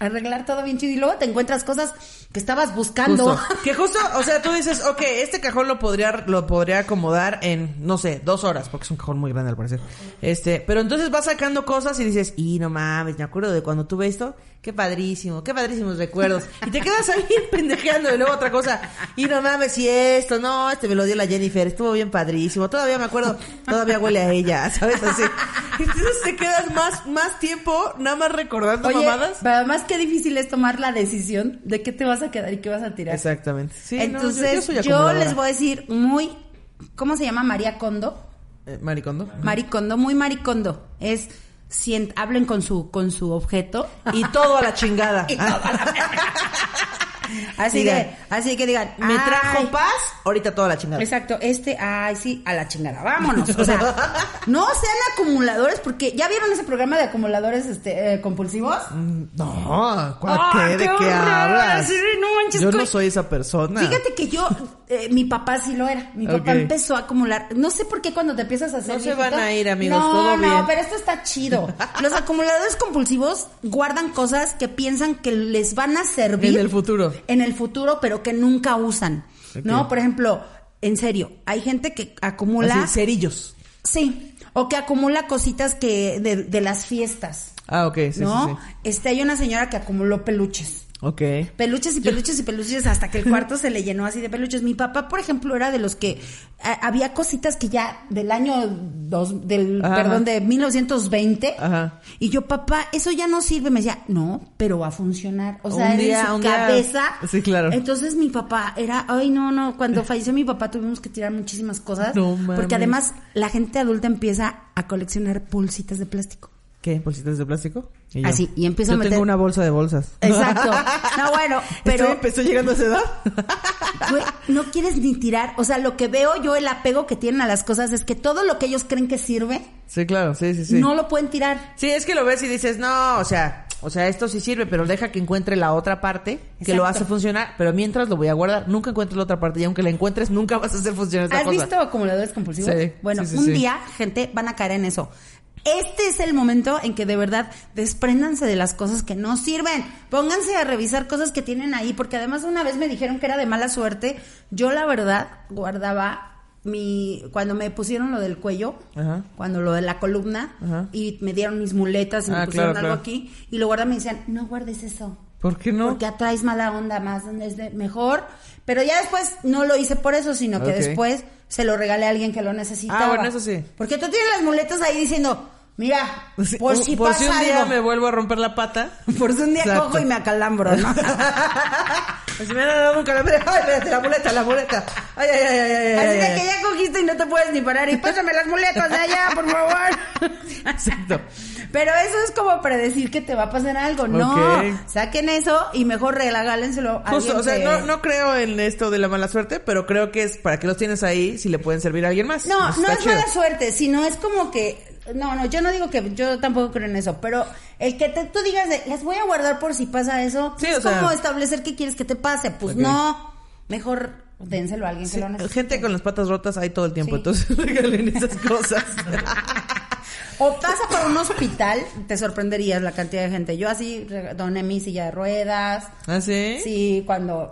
C: arreglar todo bien chido y luego te encuentras cosas que estabas buscando. <laughs>
B: Justo. <laughs> Que justo, o sea, tú dices, ok, este cajón lo podría, lo podría acomodar en, no sé, dos horas, porque es un cajón muy grande al parecer. Este, pero entonces vas sacando cosas y dices, y no mames, me acuerdo de cuando tuve esto, qué padrísimo, qué padrísimos recuerdos. Y te quedas ahí <laughs> pendejeando y luego otra cosa, y no mames, y esto, no, este me lo dio la Jennifer, estuvo bien padrísimo, todavía me acuerdo, todavía huele a ella, <laughs> ¿sabes? Así. Entonces te quedas más, más tiempo nada más recordando
C: Oye,
B: mamadas.
C: pero además qué difícil es tomar la decisión de qué te vas a quedar y qué vas a tirar.
B: Exactamente. Sí, no, yo- yo
C: Entonces,
B: soy
C: yo,
B: acomodadora.
C: les voy a decir muy. ¿Cómo se llama María Kondo?
B: Eh, Maricondo.
C: Maricondo, muy maricondo. Es sien- hablen con su, con su objeto.
B: Y todo a la chingada. <laughs>
C: Y todo a Así
B: Digan,
C: que, así que digan,
B: Me
C: "Ay,
B: trajo paz, ahorita toda la chingada.
C: Exacto, este, ay, sí, a la chingada, vámonos. O sea, no sean acumuladores, porque ya vieron ese programa de acumuladores este, eh, compulsivos.
B: <laughs> No, ¿cuál-
C: ¡Ah,
B: qué, ¿de
C: qué
B: qué
C: horror!
B: hablas?
C: Sí, no manches,
B: yo no
C: coño.
B: soy esa persona.
C: Fíjate que yo, eh, mi papá sí lo era. Mi papá
B: Ok.
C: empezó a acumular. No sé por qué cuando te empiezas a hacer.
B: No se
C: viejito-
B: van a ir, amigos,
C: No,
B: todo
C: no,
B: bien.
C: pero esto está chido. Los acumuladores compulsivos guardan cosas que piensan que les van a servir.
B: En el futuro.
C: En el futuro, pero que nunca usan.
B: Ok.
C: ¿No? Por ejemplo, en serio, hay gente que acumula.
B: Así, cerillos.
C: Sí. O que acumula cositas que de, de las fiestas,
B: Ah, ok, sí,
C: ¿no?
B: sí, sí.
C: Este, hay una señora que acumuló peluches.
B: Ok.
C: Peluches y peluches y peluches
B: <laughs>
C: hasta que el cuarto se le llenó así de peluches. Mi papá, por ejemplo, era de los que a- había cositas que ya del año dos, del
B: Ajá.
C: perdón de 1920
B: Ajá.
C: y yo papá eso ya no sirve me decía no pero va a funcionar o sea
B: Un
C: era
B: día,
C: en su
B: un día.
C: cabeza
B: Sí, claro.
C: entonces mi papá era ay no
B: <laughs>
C: no cuando falleció mi papá tuvimos que tirar muchísimas cosas
B: No mames.
C: porque además la gente adulta empieza a coleccionar pulsitas de plástico
B: ¿Qué? ¿Bolsitas de plástico? yo.
C: Así, y empiezo
B: yo
C: a meter-
B: tengo una bolsa de bolsas. <laughs>
C: exacto no bueno pero
B: Estoy, estoy llegando a esa edad.
C: <laughs> Güey, no quieres ni tirar. O sea, lo que veo yo, el apego que tienen a las cosas es que todo lo que ellos creen que sirve,
B: Sí, claro, sí, sí, sí.
C: no lo pueden tirar.
B: Sí, es que lo ves y dices, no, o sea, o sea, esto sí sirve, pero deja que encuentre la otra parte que lo
C: Exacto.
B: hace funcionar, pero mientras lo voy a guardar, nunca encuentres la otra parte y aunque la encuentres, nunca vas a hacer funcionar esa
C: ¿Has
B: cosa.
C: visto acumuladores compulsivos?
B: Sí,
C: bueno,
B: sí, sí,
C: un
B: sí.
C: día, gente, van a caer en eso. Este es el momento en que de verdad despréndanse de las cosas que no sirven. Pónganse a revisar cosas que tienen ahí, porque además una vez me dijeron que era de mala suerte. Yo la verdad guardaba mi cuando me pusieron lo del cuello,
B: Ajá.
C: cuando lo de la columna
B: Ah. Ajá.
C: y me dieron mis muletas y
B: Ah,
C: me pusieron
B: claro, claro.
C: algo aquí y lo guardan y me decían, "No guardes eso."
B: ¿Por qué no?
C: porque atraes mala onda más, donde es de- mejor. Pero ya después no lo hice por eso, sino que
B: Ok.
C: después se lo regalé a alguien que lo necesitaba.
B: Ah, bueno, eso sí. Pues
C: Porque tú tienes las muletas ahí diciendo, mira,
B: <laughs> Sí,
C: por
B: un-
C: si
B: por
C: pasa
B: si un día
C: algo.
B: me vuelvo a romper la
C: <laughs>
B: pata.
C: Por si un día
B: Exacto.
C: cojo y me
B: <laughs>
C: acalambro, ¿no?
B: Pues me han dado un calambre. Ay, espérate, la muleta, la muleta. Ay, ay, ay, ay, ay.
C: Así
B: ay,
C: de
B: ay.
C: que ya cogiste y no te puedes ni parar. Y pásame las muletas de allá, por favor. <laughs>
B: Exacto.
C: Pero eso es como predecir que te va a pasar algo. No,
B: Ok.
C: saquen eso y mejor regálenselo a alguien
B: Justo, o sea,
C: que-
B: no, no creo en esto de la mala suerte, pero creo que es para que los tienes ahí si le pueden servir a alguien más.
C: No,
B: Pues
C: no
B: está
C: es
B: chido.
C: mala suerte, sino es como que. No, no, yo no digo que. Yo tampoco creo en eso, pero el que te- tú digas, de, las voy a guardar por si pasa eso,
B: Sí,
C: es
B: o sea-
C: como establecer qué quieres que te pase. Pues
B: Ok.
C: no, mejor dénselo a alguien que
B: Sí,
C: lo necesite.
B: gente con las patas rotas hay todo el tiempo,
C: Sí.
B: entonces <laughs> regalen esas <laughs> cosas.
C: O pasa por un hospital, te sorprenderías la cantidad de gente. Yo así re- doné mi silla de ruedas.
B: ¿Ah, sí? <laughs>
C: Sí, cuando.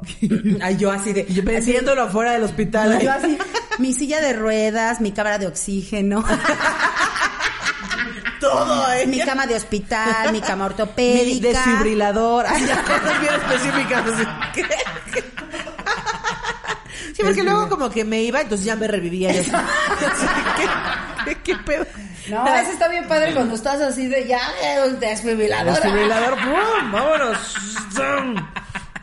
C: Ay, yo así de.
B: Yo
C: así de-
B: Vendiéndolo afuera del hospital.
C: yo así, mi silla de ruedas, mi cámara de
B: <laughs>
C: oxígeno.
B: todo, ¿eh?
C: mi
B: <laughs>
C: cama de hospital, mi cama ortopédica.
B: Mi
C: <laughs>
B: desfibrilador. Ay, ya, cosas bien específicas. así que- <laughs> Sí, porque luego como que me iba, entonces ya me revivía. yo así. <laughs> Así que- ¿Qué, qué pedo?
C: No, eso está bien padre cuando estás así de ya eh, desfibriladora.
B: Desfibrilador, ¡pum! ¡Vámonos! ¡Zum!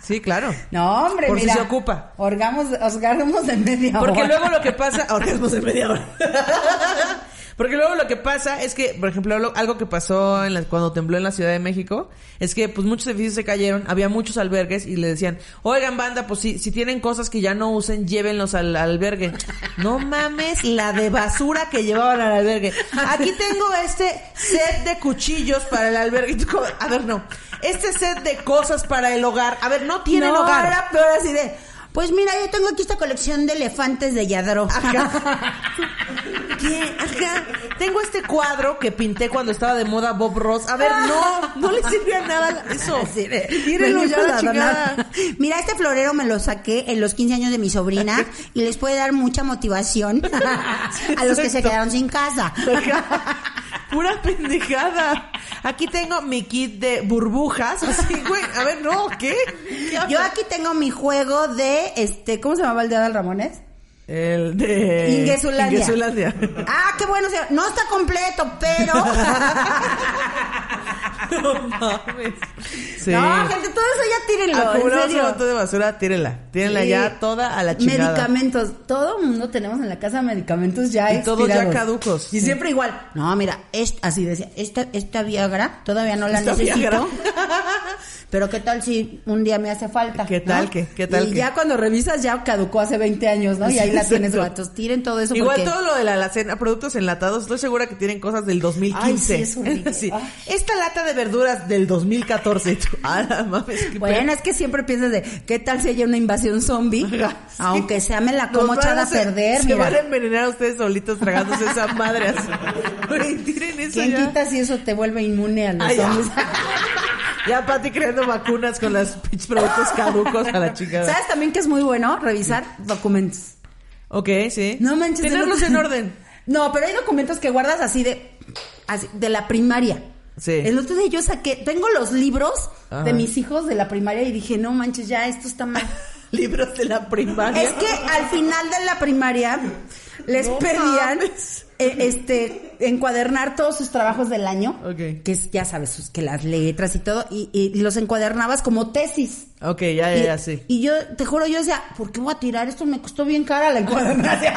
B: Sí, claro.
C: No, hombre,
B: Por si
C: mira.
B: se ocupa.
C: Orgamos, orgasmos de media
B: Porque
C: hora.
B: luego lo que pasa... <laughs> Orgasmos de media hora. Porque luego lo que pasa es que, por ejemplo, lo- algo que pasó en la- cuando tembló en la Ciudad de México es que pues muchos edificios se cayeron, había muchos albergues y le decían, oigan banda, pues si, si tienen cosas que ya no usen, llévenlos al albergue. No mames la de basura que llevaban al albergue. Aquí tengo este set de cuchillos para el albergue. Y tú como, A ver, no. Este set de cosas para el hogar. A ver, no tienen
C: No,
B: hogar.
C: era peor así <laughs> de. Pues mira, yo tengo aquí esta colección de elefantes de Yadro.
B: qué? Ajá. Tengo este cuadro que pinté cuando estaba de moda Bob Ross. A ver, no, no le sirve a nada
C: <laughs>
B: eso.
C: Así de,
B: Tírenlo
C: vení
B: ya a la
C: para
B: chingada.
C: donar. Mira, este florero me lo saqué en los 15 años de
B: <laughs>
C: mi sobrina y les puede dar mucha motivación <laughs> a los que se
B: exacto.
C: quedaron sin casa.
B: Pura pendejada. Aquí tengo mi kit de burbujas. Así, güey. A ver, no, ¿qué?
C: Yo aquí tengo mi juego de, este, ¿cómo se llamaba el de Adal Ramones?
B: El de.
C: Inguesulandia. <laughs>
B: Inguesulandia.
C: Ah, qué bueno. señor. No está completo, pero...
B: No mames. <laughs> Sí. Ah,
C: No, gente, todo eso ya tírenlo, en
B: Acumulamos un
C: serio.
B: montón de basura, tírenla. Tírenla
C: Sí.
B: ya toda a la chingada.
C: Medicamentos. Todo mundo tenemos en la casa medicamentos ya
B: Y todos ya
C: expirados.
B: caducos.
C: Y siempre igual. No, mira, es, así decía, esta, esta Viagra todavía no la
B: Esta Viagra.
C: necesito. <laughs> Pero qué tal si un día me hace falta.
B: ¿Qué
C: ¿no?
B: tal que- qué tal
C: Y
B: que?
C: ya cuando revisas ya caducó hace 20 años, ¿no? Y ahí
B: Sí,
C: la tienes,
B: exacto.
C: gatos. Tiren todo eso
B: Igual
C: porque...
B: todo lo de la alacena, productos enlatados, estoy segura que tienen cosas del 2015.
C: Ay, sí, es
B: <laughs>
C: horrible.
B: Sí.
C: Ay.
B: Esta lata de verduras del 2014. Y tú, <laughs> Ah, la mames, qué
C: Bueno, es que siempre piensas de, ¿qué tal si hay una invasión zombie?
B: Ajá, sí.
C: Aunque sea me la
B: Nos
C: como
B: van
C: echada a
B: hacer-
C: perder,
B: Se van a
C: mira.
B: envenenar a ustedes solitos tragándose esa madre
C: <laughs>
B: así. Güey, tiren eso
C: ¿Quién
B: ya.
C: quita si eso te vuelve inmune a los
B: Ay, ya.
C: zombies?
B: Ya Pati creando vacunas con los pinches productos <laughs> caducos
C: <laughs>
B: a la chingada.
C: ¿Sabes también que es muy bueno? Revisar documentos.
B: Ok, sí.
C: No manches. el
B: Tenerlos
C: otro-
B: en orden. <laughs>
C: <laughs> No, pero hay documentos que guardas así de así, de la primaria.
B: Sí.
C: El otro día yo saqué, tengo los libros
B: Ajá.
C: de mis hijos de la primaria y dije, no manches, ya esto
B: <laughs>
C: está mal.
B: Libros de la primaria.
C: es que al final de la primaria les
B: No
C: pedían
B: mames.
C: eh, este encuadernar todos sus trabajos del año,
B: Ok.
C: que es, ya sabes, sus- que las letras y todo, y, y los encuadernabas como tesis.
B: Ok, ya, ya,
C: Y-
B: ya, sí.
C: Y yo, te juro, yo decía, ¿por qué voy a tirar esto? Me costó bien cara
B: <laughs>
C: la encuadernación.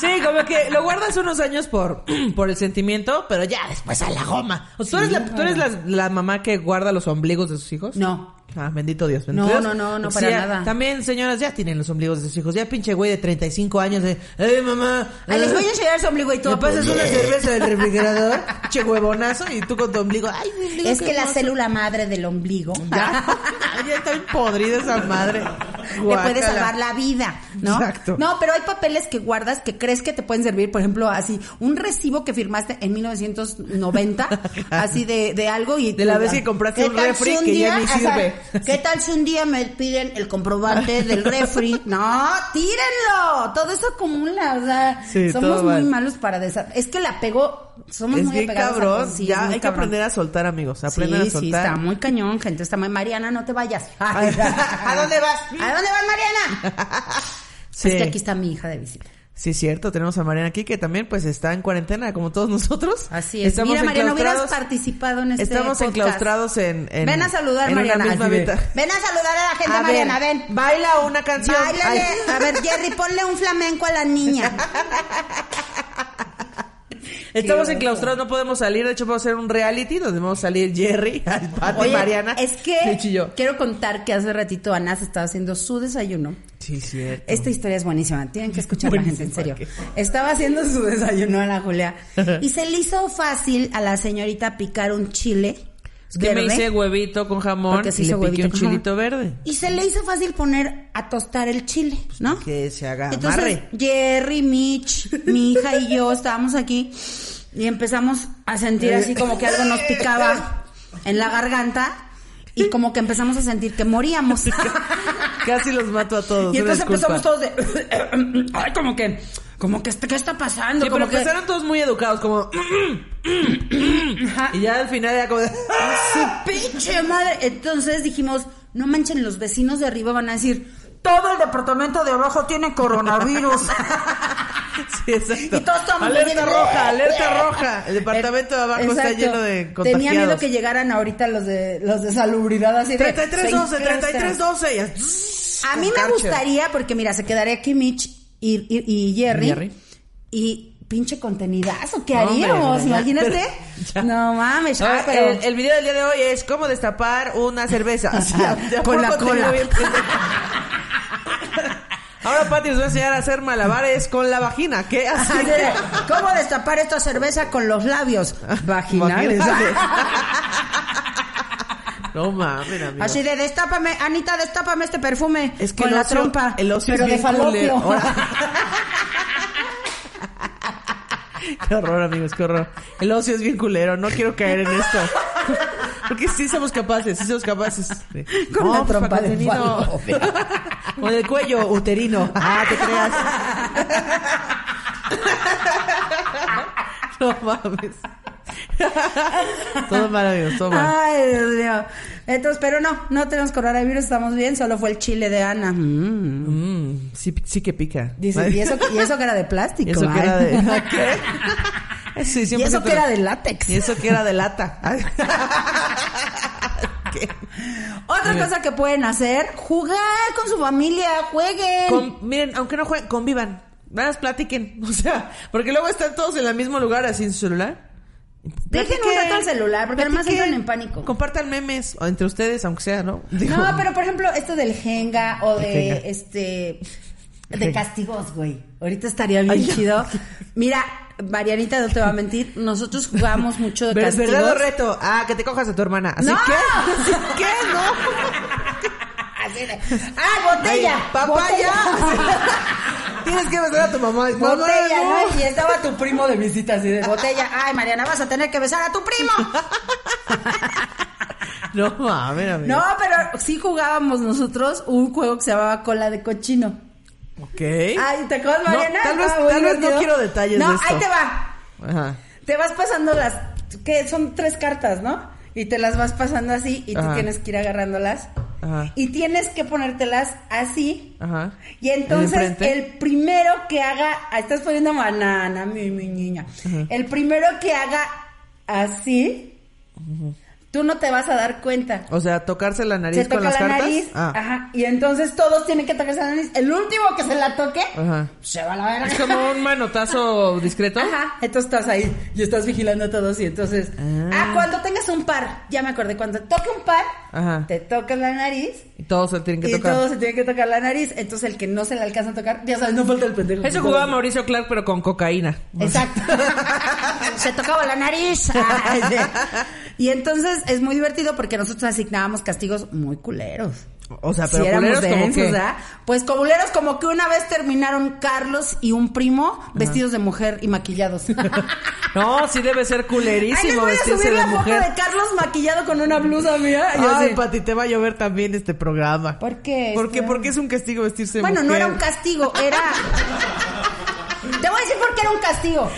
B: Sí, como que lo guardas unos años por, <clears throat> por el sentimiento, pero ya después a la goma. O sea, ¿Tú eres, la, tú eres la, la mamá que guarda los ombligos de sus hijos?
C: No.
B: Ah, bendito Dios. bendito
C: No,
B: Dios.
C: no, no, no,
B: Porque
C: para
B: ya-
C: nada.
B: También, señoras, ya tienen los ombligos de sus hijos. Ya pinche güey de 35 años de, ¡Ey, mamá!
C: Ay, les voy a
B: eh,
C: enseñar su ombligo y
B: ¿Me
C: todo.
B: pasas Pues, una cerveza del refrigerador? che huevonazo, y tú con tu ombligo. ¡Ay, mi ombligo
C: Es que la
B: hermoso!
C: célula madre del ombligo
B: <laughs> Ya,
C: <laughs>
B: ya está bien podrida esa madre.
C: te puede
B: Guácala.
C: salvar la vida, ¿no?
B: Exacto.
C: No, pero hay papeles que guardas que crees que te pueden servir, por ejemplo, así, un recibo que firmaste en
B: <laughs>
C: 1990, así de, de algo y...
B: De la
C: tú,
B: vez que
C: ah,
B: compraste
C: ¿qué
B: un
C: tal
B: refri que ya ni
C: ajá,
B: sirve?
C: ¿Qué tal si un día me piden el comprobante
B: <laughs>
C: del refri? No, tírenlo, todo eso acumula, o sea,
B: Sí, todo
C: somos muy
B: mal.
C: malos para desa- Es que el apego, somos
B: Es
C: muy
B: bien
C: apegados a
B: cabrón.
C: cosas, sí, es
B: ya
C: muy
B: hay que
C: cabrón.
B: aprender a soltar, amigos. Aprendan
C: sí,
B: a soltar.
C: sí, está muy cañón, gente. Está muy... Mariana, no te vayas.
B: <laughs> Ay.
C: ¿A dónde vas? <laughs> ¿A dónde vas,
B: <laughs>
C: Mariana?
B: Sí.
C: Es que aquí está mi hija de visita.
B: Sí, es cierto, tenemos a Mariana aquí que también pues está en cuarentena como todos nosotros.
C: Así es. Mira, Mariana, hubieras participado en este
B: Estamos
C: podcast.
B: enclaustrados en, en-
C: Ven a saludar,
B: en una
C: Mariana.
B: misma
C: Así de-
B: habita-
C: Ven a saludar a la gente,
B: A ver,
C: Mariana, ven.
B: Baila una canción.
C: Báilale.
B: Ay. <laughs>
C: A ver, Jerry, ponle un flamenco a la niña.
B: Estamos
C: Qué
B: enclaustrados, no podemos salir, de hecho vamos a hacer un reality donde vamos a salir Jerry, <laughs> al Pati,
C: Oye,
B: Mariana.
C: es
B: Mitch y
C: que
B: yo.
C: quiero contar que hace ratito Ana se estaba haciendo su desayuno.
B: Sí, cierto.
C: Esta historia este es buenísima, tienen que escuchar la gente, en
B: Buenísima,
C: serio. Estaba haciendo su desayuno a la Julia y se le hizo fácil a la señorita picar un chile.
B: Es que me
C: verde,
B: hice huevito con jamón
C: porque se
B: y le
C: hizo
B: piqué
C: huevito
B: un
C: con
B: chilito
C: jamón.
B: verde.
C: Y se le hizo fácil poner a tostar el chile, ¿no?
B: Pues, Que se haga
C: Entonces,
B: amarre.
C: Jerry, Mitch, mi hija y yo estábamos aquí y empezamos a sentir así como que algo nos picaba en la garganta y como que empezamos a sentir
B: <laughs>
C: que moríamos.
B: Casi los mato a todos.
C: Y
B: una
C: entonces
B: disculpa.
C: empezamos todos de. <coughs> Ay, como que. Como que, ¿qué está pasando?
B: Sí, pero
C: como que.
B: empezaron todos muy educados, como...
C: Ajá. ¡Ah,
B: Y ya al final era como... de-
C: Su pinche madre. Entonces dijimos, no manchen, los vecinos de arriba van a decir, <laughs> todo el departamento de abajo tiene coronavirus.
B: <laughs> Sí, exacto.
C: Y todos tomamos
B: alerta
C: así de-
B: roja, alerta roja. El departamento de abajo está
C: ¡Eh! Exacto.
B: lleno de
C: Tenía miedo
B: contagiados.
C: que llegaran ahorita los de los de salubridad así de
B: 3312,
C: "Se infecta".
B: 3312. ya.
C: A mí
B: Con
C: me
B: parche.
C: gustaría, porque mira, se quedaría aquí Mitch y, y- y Jerry.
B: Jerry.
C: Y pinche contenidazo, ¿qué
B: No, hombre,
C: haríamos?
B: ya,
C: Imagínate.
B: <laughs> ya.
C: No mames,
B: Ah,
C: ah, pero-
B: el, el video del día de hoy es cómo destapar una cerveza.
C: <laughs>
B: Así, de a
C: Con la
B: poco te
C: cola.
B: veo bien pendejo. <laughs> Ahora, Pati, les voy a enseñar a hacer malabares con la vagina.
C: <laughs>
B: ¿Qué
C: <laughs> Así
B: haces?
C: de, ¿Cómo destapar esta cerveza con
B: <laughs>
C: los labios? Vaginales. <laughs>
B: Vaginales. No mames, amigo.
C: Así de, destápame, Anita, destápame este perfume.
B: Es que
C: con
B: el
C: la
B: ocio-
C: <laughs> trompa.
B: <laughs> el ocio
C: pero
B: es
C: de
B: bien culero.
C: falopio.
B: Ahora- Qué horror, amigos, qué horror. El ocio es bien culero, no quiero caer en esto. Porque sí somos capaces, sí somos capaces.
F: Con la
B: pues,
F: trompa
B: Paco
F: de
B: Cenino.
F: Falopio.
B: Con el cuello uterino. Ah, te creas. No mames. Todo mal, amigos, todo mal.
C: Ay, Dios mío. Entonces, pero no, no tenemos coronavirus, estamos bien, solo fue el chile de Ana. Mm.
B: Mm, sí, sí que pica.
C: Dice, y eso, y eso que era de
B: Y
C: plástico.
B: eso que
C: ay.
B: era
C: <laughs>
B: de... <laughs> ¿Qué? <laughs> Sí,
C: Y eso
B: 100%
C: que era de látex.
B: Y eso que era de <laughs> lata. Ay.
C: Otra cosa que pueden hacer, jugar con su familia, jueguen.
B: Con- miren, aunque no jueguen, convivan. Nada más platiquen. <laughs> O sea, porque luego están todos en el mismo lugar así en su celular.
C: Dejen un rato el celular, porque además
B: platiquen.
C: entran en pánico.
B: Compartan memes o entre ustedes, aunque sea, ¿no? Digo,
C: No, pero por ejemplo, esto del Jenga o de
B: Jenga.
C: este de castigos, güey. Ahorita estaría bien
B: Ay, no.
C: chido. Mira, Marianita, no te va a mentir, nosotros jugamos mucho de
B: Ver-
C: castigos.
B: verdadero reto. Ah, que te cojas a tu hermana. Así <laughs>
C: ¡No!
B: que. Así que no.
C: Así de, ah, botella.
B: Ay, papaya. Tienes que besar a tu mamá.
C: Botella,
B: Mamá,
C: <laughs> botella,
B: no.
C: ¿no? Y estaba tu primo de visita así de botella. Ay, Mariana, vas a tener que besar a tu primo.
B: No, mames, amigo.
C: No, pero sí jugábamos nosotros un juego que se llamaba cola de cochino.
B: Ok.
C: Ay, ¿te acuerdas,
B: No,
C: Mariana?
B: tal vez-
C: Estaba muy
B: tal vez no
C: divertido.
B: quiero detalles
C: No,
B: de esto.
C: ahí te va.
B: Ajá.
C: te vas pasando las que son tres cartas, ¿no? Y te las vas pasando así y tú
B: Ajá.
C: tienes que ir agarrándolas
B: Ajá.
C: y tienes que ponértelas así.
B: Ajá.
C: Y entonces
B: enfrente?
C: el primero que haga, ah, estás poniendo banana, mi, mi niña. El primero que haga así, tú no te vas a dar cuenta.
B: O sea, tocarse la nariz
C: Se toca
B: con las
C: la
B: cartas.
C: nariz,
B: Ah.
C: ajá, y entonces todos tienen que tocarse la nariz. El último que se la toque,
B: Ajá.
C: se va a la verga.
B: Ah. Es como
C: <laughs>
B: un manotazo discreto.
C: Ajá, entonces estás ahí y estás vigilando a todos y entonces...
B: Ah.
C: Ah, cuando tengas un par, ya me acordé, cuando toque un par,
B: Ajá.
C: te tocas la nariz
B: Y todos se tienen que
C: y
B: tocar.
C: todos se tienen que tocar la nariz, entonces el que no se le alcanza a tocar, ya sabes, no falta el pendejo.
B: Eso jugaba Mauricio Clark, pero con cocaína. <laughs>
C: Exacto. se tocaba la nariz. Ah, y entonces es muy divertido porque nosotros asignábamos castigos muy culeros.
B: O sea, pero
C: Sí, éramos
B: culeros como
C: densos,
B: que...
C: ¿verdad? Pues culeros como que una vez terminaron Carlos y un primo vestidos de mujer
B: <laughs>
C: y maquillados. <laughs>
B: No, sí debe ser
C: Ay, les
B: culerísimo
C: voy a
B: vestirse
C: subir
B: de
C: la foto
B: mujer.
C: de Carlos maquillado con una blusa mía. y
B: Ay,
C: así.
B: Pati, te va a llover también este programa.
C: ¿Por qué?
B: Porque,
C: Este-
B: porque es un castigo vestirse de
C: Bueno,
B: mujer.
C: no era un castigo,
B: <laughs>
C: era... Te voy a decir por qué era un castigo.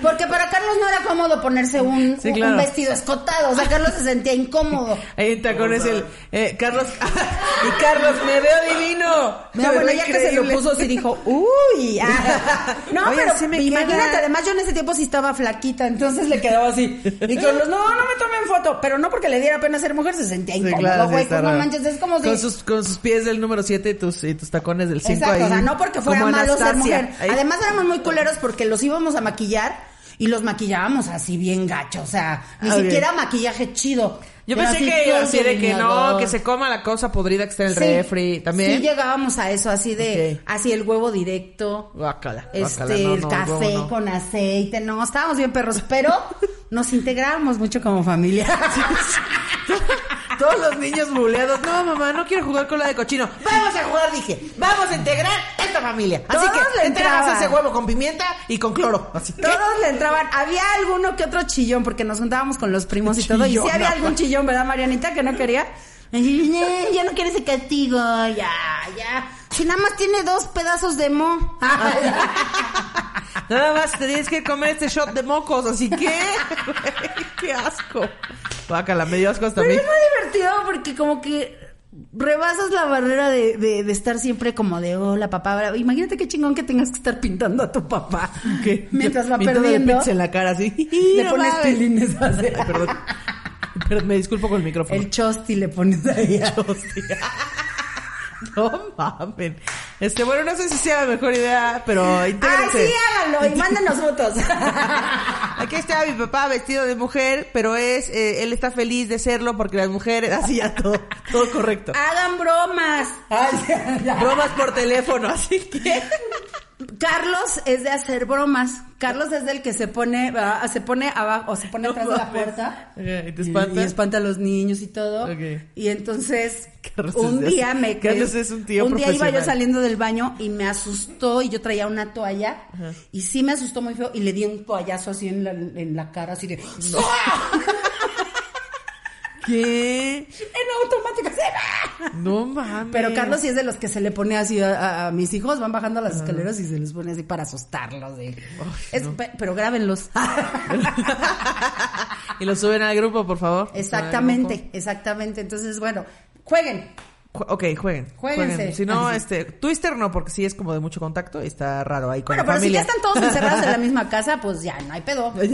C: Porque para Carlos no era cómodo ponerse un,
B: Sí,
C: un-
B: claro.
C: un vestido escotado. O sea, Carlos se sentía incómodo.
B: Ahí en tacones el... eh, Carlos... <laughs> y Carlos, me veo divino.
C: No,
B: Me
C: bueno,
B: veo
C: ya que se lo
B: increíble.
C: puso,
B: <laughs>
C: sí dijo, uy. ah. No,
B: Oye,
C: pero
B: sí me
C: imagínate,
B: queda.
C: además yo en ese tiempo sí estaba flaquita, entonces le
B: <laughs>
C: quedaba así. Y Carlos, no, no me tomen foto. Pero no porque le diera pena ser mujer, se sentía
B: Sí,
C: incómodo, güey.
B: claro, sí,
C: pues
B: está
C: no
B: raro.
C: manches, es como si...
B: Con sus, con sus pies del número 7 y tus, y tus tacones del 5
C: Exacto,
B: ahí.
C: o sea, no porque fuera
B: como
C: malo ser
B: Anastasia.
C: mujer.
B: Ahí.
C: Además éramos muy culeros porque los íbamos a maquillar y los maquillábamos así bien gacho, o sea, ni
B: Ah, bien.
C: siquiera maquillaje chido.
B: Yo
C: Era
B: pensé
C: así
B: que
C: todo
B: así de que no,
C: delineador.
B: que se coma la cosa podrida que está en el
C: Sí,
B: refri también.
C: Sí llegábamos a eso, así de,
B: Ok.
C: así el huevo directo.
B: Guácala,
C: Este,
B: guácala, no,
C: el
B: no,
C: café
B: huevo no.
C: con aceite, no, estábamos bien perros, <laughs> pero nos integrábamos mucho como <laughs> familia.
B: Todos los niños buleados. No, mamá, no quiero jugar con la de cochino. Vamos a jugar, dije. Vamos a integrar esta familia. Así
C: Todos
B: que entramos
C: le entraban.
B: ese huevo con pimienta y con cloro. Así que.
C: Todos le entraban. Había alguno que otro chillón, porque nos juntábamos con los primos y todo. Y si
B: Chillón,
C: había
B: no.
C: algún chillón, ¿verdad, Marianita? Que no quería. <laughs> Ay, "No, Ya no quiere ese castigo, ya, ya. Si nada más tiene dos pedazos de <laughs> mo.
B: Nada más te tienes que comer este shot de mocos. Así que. <laughs> Qué asco. Guácala, me dio asco hasta a
C: Pero
B: mí.
C: es muy divertido porque como que rebasas la barrera de, de- de estar siempre como de "Oh, hola papá. Bra- Imagínate qué chingón que tengas que estar pintando a tu papá.
B: ¿Qué?
C: Mientras va
B: Pintándole
C: perdiendo.
B: pizza en la cara así. <laughs>
C: Le
B: No
C: pones
B: mames.
C: pilines.
B: <laughs>
C: así.
B: Ay, Perdón. Perdón, me disculpo con el micrófono. <laughs>
C: El chosti le pones ahí.
B: Hostia. <laughs> No mamen. Este, bueno, no sé si sea la mejor idea, pero
C: Ay,
B: intégrense.
C: Ah, sí, háganlo y mándenos <laughs> fotos.
B: <laughs> Aquí está mi papá vestido de mujer, pero es eh, él está feliz de serlo porque las mujeres así ya todo, todo
C: Ah,
B: correcto.
C: <laughs> Hagan bromas.
B: Bromas por teléfono, así que
C: Carlos es de hacer bromas. Carlos es del que se pone, ah, se pone abajo, o se pone
B: No
C: atrás de la
B: mames.
C: puerta.
B: Ok, ¿y te espanta?
C: Y espanta a los niños y todo.
B: Ok. <laughs>
C: Y entonces,
B: Carlos es
C: un
B: de-
C: día me
B: Carlos es un tío
C: día iba yo
B: profesional.
C: saliendo del baño y me asustó y yo traía una toalla. Y sí me asustó muy feo y le di un toallazo así en la, en la cara, así de.
B: <laughs> ¿Qué?
C: En automático, así.
B: No mames.
C: Pero Carlos sí es de los que se le pone así a, a- a mis hijos, van bajando las escaleras y se les pone así para asustarlos. ¿eh? Es- pe- Pero
B: <laughs>
C: grábenlos. <laughs>
G: <laughs>
B: Y lo suben al grupo, por favor.
C: exactamente, exactamente. Entonces, bueno, jueguen.
B: Ju- Ok, jueguen.
C: Jueguense.
B: Jueguen. Si no,
C: Ah, sí.
B: este, Twister no, porque sí es como de mucho contacto y está raro ahí con
C: Bueno,
B: la
C: pero si ya
B: familia.
C: están todos encerrados
B: <laughs>
C: en la misma casa, pues ya, no hay pedo.
G: Joder.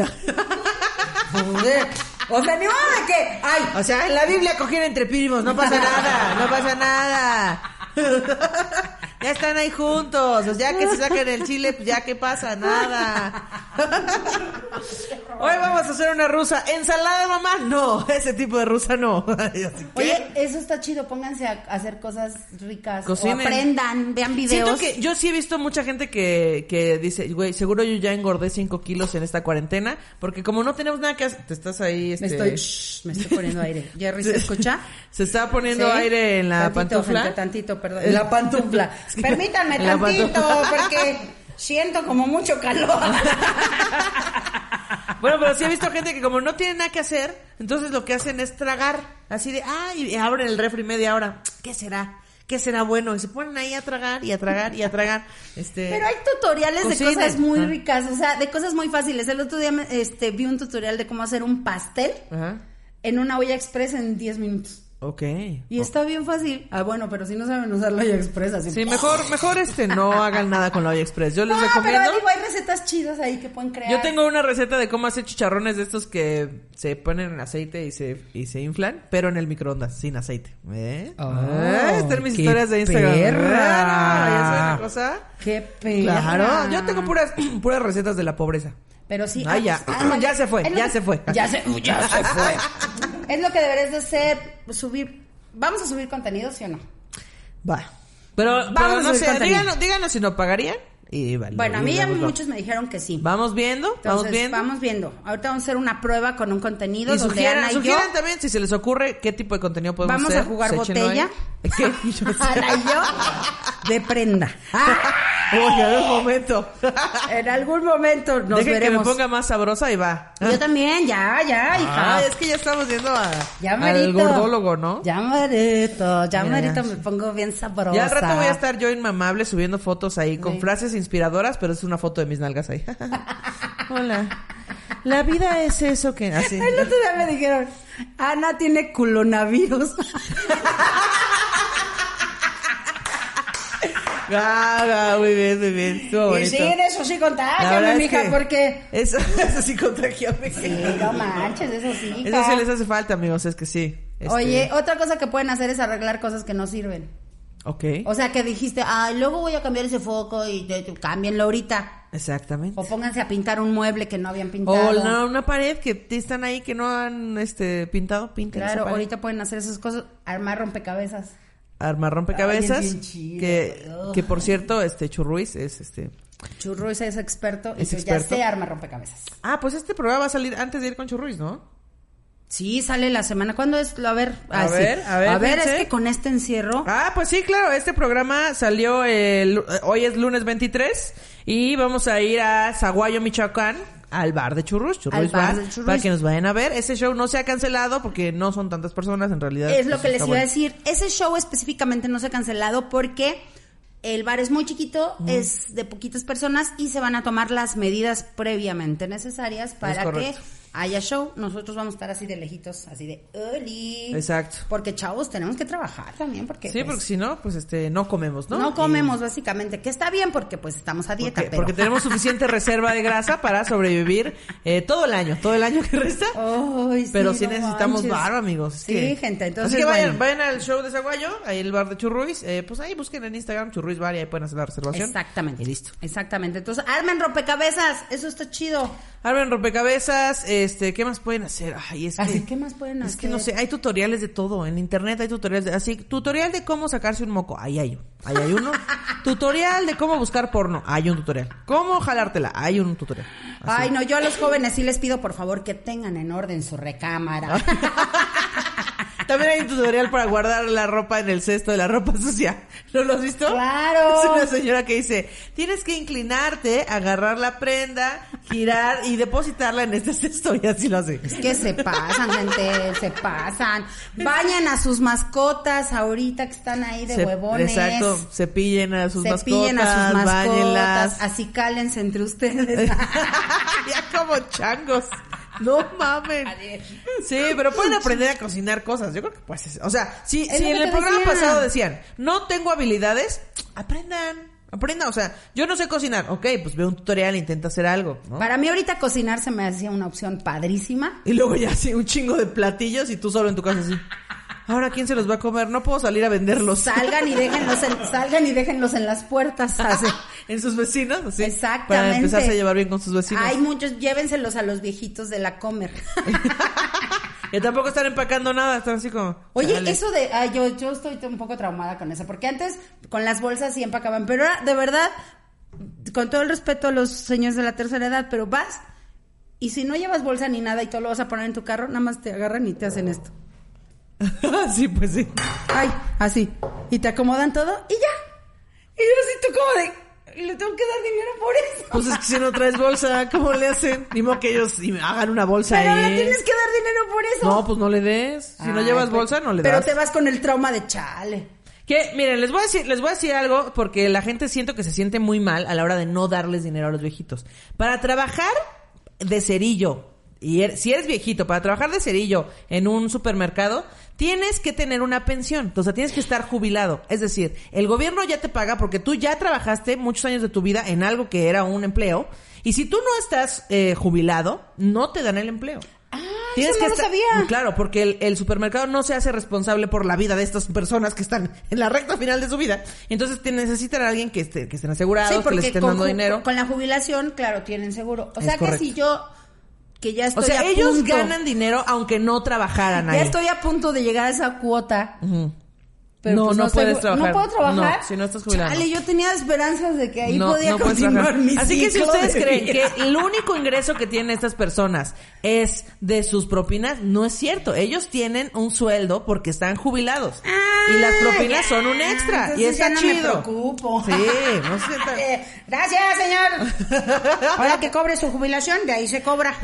C: O sea, ni modo de que, ay,
G: <laughs> O sea, en la Biblia cogieron entre primos, no pasa nada, no pasa
C: <laughs>
G: nada. Ya están ahí juntos, o sea, que se sacan el chile, pues ya que pasa
C: <laughs>
G: nada. Hoy vamos a hacer una rusa, ensalada mamá, no, ese tipo de rusa no. <laughs> Así que-
C: oye, eso está chido, pónganse a hacer cosas ricas.
B: Cocinen.
C: O aprendan, vean
B: Siento
C: videos.
B: que yo sí he visto mucha gente que, que dice, güey, seguro yo ya engordé 5 kilos en esta cuarentena, porque como no tenemos nada que hacer, te estás ahí, este...
C: Me estoy, shh, me estoy poniendo
B: <laughs>
C: aire. Jerry, ¿se escucha?
B: Se está poniendo
C: Sí.
B: aire en la
C: Tantito,
B: pantufla.
C: gente, tantito, perdón.
B: Eh,
C: En <laughs> la pantufla.
B: es que- <laughs>
C: Permítanme
B: en la
C: tantito,
B: pantufla.
C: porque siento como mucho calor.
B: <laughs> Bueno, pero sí he visto gente que como no tiene nada que hacer, entonces lo que hacen es tragar. Así de, ah, y abren el refri media hora. ¿Qué será? ¿Qué será bueno? Y se ponen ahí a tragar y a tragar y a
C: <laughs>
B: tragar. Este,
C: Pero hay tutoriales
B: Cocinen.
C: de cosas muy
B: Ajá.
C: ricas, o sea, de cosas muy fáciles. El otro día me- este, vi un tutorial de cómo hacer un pastel
B: Ajá.
C: en una olla express en 10 minutos.
B: Ok.
C: Y está bien fácil. Ah, bueno, pero si no saben usar la olla express, así.
B: Sí, mejor, mejor este, no hagan nada con la olla express. Yo les
C: no,
B: recomiendo.
C: pero digo, eh. hay recetas chidas ahí que pueden crear.
B: Yo tengo una receta de cómo hacer chicharrones de estos que se ponen en aceite y se, y se inflan, pero en el microondas, sin aceite. ¿Eh?
C: Oh,
B: Ah, están mis
C: qué
B: historias de Instagram.
C: perra.
B: Ah, ¿Ya saben la cosa?
C: ¡Qué perra!
B: Claro, yo tengo puras, <clears throat> puras recetas de la pobreza.
C: Pero sí.
B: Ay, ya.
C: pues, ándale.
B: Ya se fue,
C: Es lo
B: ya
C: que-
B: se fue.
C: Ya se,
B: <laughs>
C: ya se fue. es lo que deberías de hacer, subir. ¿Vamos a subir contenido, sí o no?
B: Va. Pero,
C: Vamos
B: pero
C: a
B: no
C: subir
B: sé,
C: contenido.
B: díganos, díganos si no pagarían. Y vale,
C: Bueno, a mí
B: y
C: ya
B: vamos,
C: muchos me dijeron que sí.
B: Vamos viendo, vamos
C: Entonces,
B: viendo.
C: vamos viendo. Ahorita vamos a hacer una prueba con un contenido
B: y
C: donde Ana
B: sugieran,
C: y
B: sugieran
C: yo
B: también si se les ocurre qué tipo de contenido podemos
C: vamos
B: hacer.
C: a jugar
B: Séchenlo ahí.
C: botella. <laughs>
B: ¿Qué?
C: Ana y yo de prenda.
B: <laughs> Oye, un momento.
C: En algún momento nos
B: Dejen
C: veremos.
B: que me ponga más sabrosa y va.
C: Yo también, ya, ya, hija.
B: Ah, es que ya estamos yendo a,
C: ya
B: al
C: merito.
B: gordólogo, ¿no?
C: Ya merito, ya
B: Mira.
C: merito me pongo bien sabrosa.
B: Ya al rato voy a estar yo inmamable subiendo fotos ahí con
C: Sí.
B: frases inspiradoras, pero es una foto de mis nalgas
C: <laughs>
B: ahí. Hola. La vida es eso que Ah, así.
C: El otro día me dijeron, Ana
B: <laughs>
C: tiene culonavirus.
B: Ah, ah, muy bien, muy bien. Estuvo
C: y
B: bonito.
C: sí, de eso sí
B: La verdad
C: contágiame,
B: es
C: Ah, mija,
B: que
C: porque...
B: Eso, <laughs> eso sí contagió.
C: Sí, no manches, eso sí, hija.
B: Eso sí les hace falta, amigos, es que sí. Este,
C: Oye, otra cosa que pueden hacer es arreglar cosas que no sirven.
B: Ok.
C: O sea, que dijiste, ay, luego voy a cambiar ese foco y de- de- cámbienlo ahorita.
B: Exactamente.
C: O pónganse a pintar un mueble que no habían pintado.
B: O la- una pared que te están ahí que no han este pintado, pinten esa
C: Claro,
B: pared.
C: ahorita pueden hacer esas cosas, armar rompecabezas.
B: Armar rompecabezas.
C: Ay, es bien chido,
B: que,
C: Dios.
B: que por cierto, este Churruiz es este
C: Churruiz es experto y
B: Es
C: yo
B: experto.
C: ya sé armar rompecabezas.
B: Ah, pues este programa va a salir antes de ir con Churruis, ¿no?
C: Sí, sale la semana. ¿Cuándo es? A ver,
B: A
C: sí.
B: ver, a ver,
C: A ver,
B: Vince.
C: es que con este encierro.
B: Ah, pues sí, claro, este programa salió el, hoy es lunes 23 y vamos a ir a Zaguayo, Michoacán. Al bar de Churrus, Churrus
C: Al
B: Bar,
C: bar de Churrus.
B: para que nos vayan a ver. Ese show no se ha cancelado porque no son tantas personas en realidad.
C: Es lo
B: Eso
C: que les
B: está
C: iba a
B: bueno.
C: decir. Ese show específicamente no se ha cancelado porque el bar es muy chiquito, es de poquitas personas y se van a tomar las medidas previamente necesarias para que
B: correcto.
C: haya show. Nosotros vamos a estar así de lejitos, así de ¡Oli!
B: Exacto.
C: Porque, chavos, tenemos que trabajar también porque,
B: Sí,
C: pues,
B: porque si no, pues este, no comemos, ¿no?
C: ¿no? comemos básicamente. Que está bien porque, pues, estamos a dieta,
B: Porque,
C: pero...
B: porque tenemos suficiente reserva de grasa para sobrevivir eh, todo el año, todo el año que resta.
C: <laughs> Ay,
B: Pero sí
C: no
B: necesitamos
C: manches.
B: bar, amigos. es
C: Sí,
B: que-
C: gente, entonces,
B: Así que vayan,
C: bueno.
B: vayan al show de Zaguayo, ahí el bar de Churruis. eh, pues ahí busquen en Instagram Churruis Bar y ahí pueden hacer la reservación.
C: Exactamente.
B: Y listo.
C: Exactamente. Entonces, armen rompecabezas. Eso está chido.
B: Armen rompecabezas, eh, este, ¿qué más pueden hacer? Ay, es
C: Así,
B: que,
C: ¿qué más pueden
B: Es que
C: hacer?
B: no sé, hay tutoriales de todo. En internet hay tutoriales de, así, tutorial de cómo sacarse un moco. Ahí hay uno. Ahí hay
C: <laughs>
B: uno. tutorial de cómo buscar porno. Hay un tutorial. Cómo jalártela. Hay un tutorial. Así.
C: Ay, no, yo a los jóvenes sí les pido, por favor, que tengan en orden su recámara.
B: También hay un tutorial para guardar la ropa en el cesto de la ropa sucia. ¿No lo has visto?
C: Claro.
B: Es una señora que dice, tienes que inclinarte, agarrar la prenda, girar y depositarla en este cesto. Y así lo hace.
C: Es que se pasan, gente, se pasan. Bañan a sus mascotas ahorita que están ahí de
B: Se-
C: huevones.
B: Exacto. Cepillen a sus
C: Cepillen
B: mascotas,
C: a sus mascotas,
B: báñenlas.
C: así cálense entre
B: <laughs>
C: ustedes. <laughs>
B: ya como changos. No mamen. Sí, pero pueden aprender a cocinar cosas. Yo creo que pues, es- o sea, si,
C: Es
B: si
C: lo
B: en
C: que
B: el
C: te
B: programa
C: decía.
B: pasado decían, no tengo habilidades, aprendan. Aprendan, o sea, yo no sé cocinar. Ok, pues veo un tutorial, intenta hacer algo, ¿no?
C: Para mí ahorita cocinar se me hacía una opción padrísima.
B: Y luego ya así un chingo de platillos y tú solo en tu casa así. Ahora, ¿quién se los va a comer? No puedo salir a venderlos.
C: Salgan
B: <laughs>
C: y déjenlos en, salgan y déjenlos en las puertas. así.
B: en sus vecinos, así. Para
C: Exactamente.
B: empezarse a llevar bien con sus vecinos.
C: Hay muchos, llévenselos a los viejitos de
B: <laughs>
C: la comer.
B: Y tampoco están empacando nada, están así como.
C: Oye,
B: "Chale".
C: eso de, ah, yo, yo estoy un poco traumada con eso, porque antes con las bolsas sí empacaban, pero ahora, de verdad, con todo el respeto a los señores de la tercera edad, pero vas y si no llevas bolsa ni nada y todo lo vas a poner en tu carro, nada más te agarran y te hacen esto.
B: <laughs> sí, pues sí.
C: Ay, así. Y te acomodan todo y ya. Y yo así tú como de, y le tengo que dar dinero por eso.
B: Pues es que si no traes bolsa, ¿cómo le hacen? Ni modo que ellos y- hagan una bolsa
C: pero ahora
B: ahí.
C: tienes que dar dinero por eso.
B: No, pues no le des. Si no
C: Ay,
B: llevas
C: pues,
B: bolsa, no le
C: Pero
B: das.
C: te vas con el trauma de chale.
B: Que, miren, les voy a decir, les voy a decir algo porque la gente siento que se siente muy mal a la hora de no darles dinero a los viejitos. Para trabajar de cerillo, y er- si eres viejito, para trabajar de cerillo en un supermercado, tienes que tener una pensión. O sea, tienes que estar jubilado. Es decir, el gobierno ya te paga porque tú ya trabajaste muchos años de tu vida en algo que era un empleo. Y si tú no estás eh, jubilado, no te dan el empleo.
C: Ah, eso no lo sabía.
B: Mm, Claro, porque el, el supermercado no se hace responsable por la vida de estas personas que están en la recta final de su vida. Entonces te necesitan a alguien que, esté, que estén asegurados, que les estén
C: con,
B: dando
C: ju-
B: dinero.
C: con la jubilación, claro, tienen seguro. O
B: Es
C: sea que
B: correcto.
C: si yo, que ya
B: o
C: estoy
B: sea,
C: a
B: ellos
C: punto-
B: ganan dinero aunque no trabajaran
C: Ya
B: ahí.
C: estoy a punto de llegar a esa cuota.
B: Ujú.
C: Pero
B: no,
C: pues
B: no,
C: estoy-
B: puedes trabajar.
C: No puedo trabajar.
B: No, si no estás jubilado.
C: Chale, yo tenía esperanzas de que ahí
B: No,
C: podía
B: no puedes
C: continuar
B: trabajar.
C: mi
B: Así que si
C: ciclo
B: ustedes
C: de
B: creen
C: vida.
B: que el único ingreso que tienen estas personas es de sus propinas, no es cierto. Ellos tienen un sueldo porque están jubilados. y las propinas
C: Ah, ya.
B: son un extra. Y
C: Ah, Entonces
B: está
C: ya no me
B: chido.
C: preocupo.
B: Sí,
C: <laughs>
B: no se sientan-
C: Eh, Gracias,
B: <laughs>
C: señor. Ahora que cobre su jubilación, de ahí se cobra.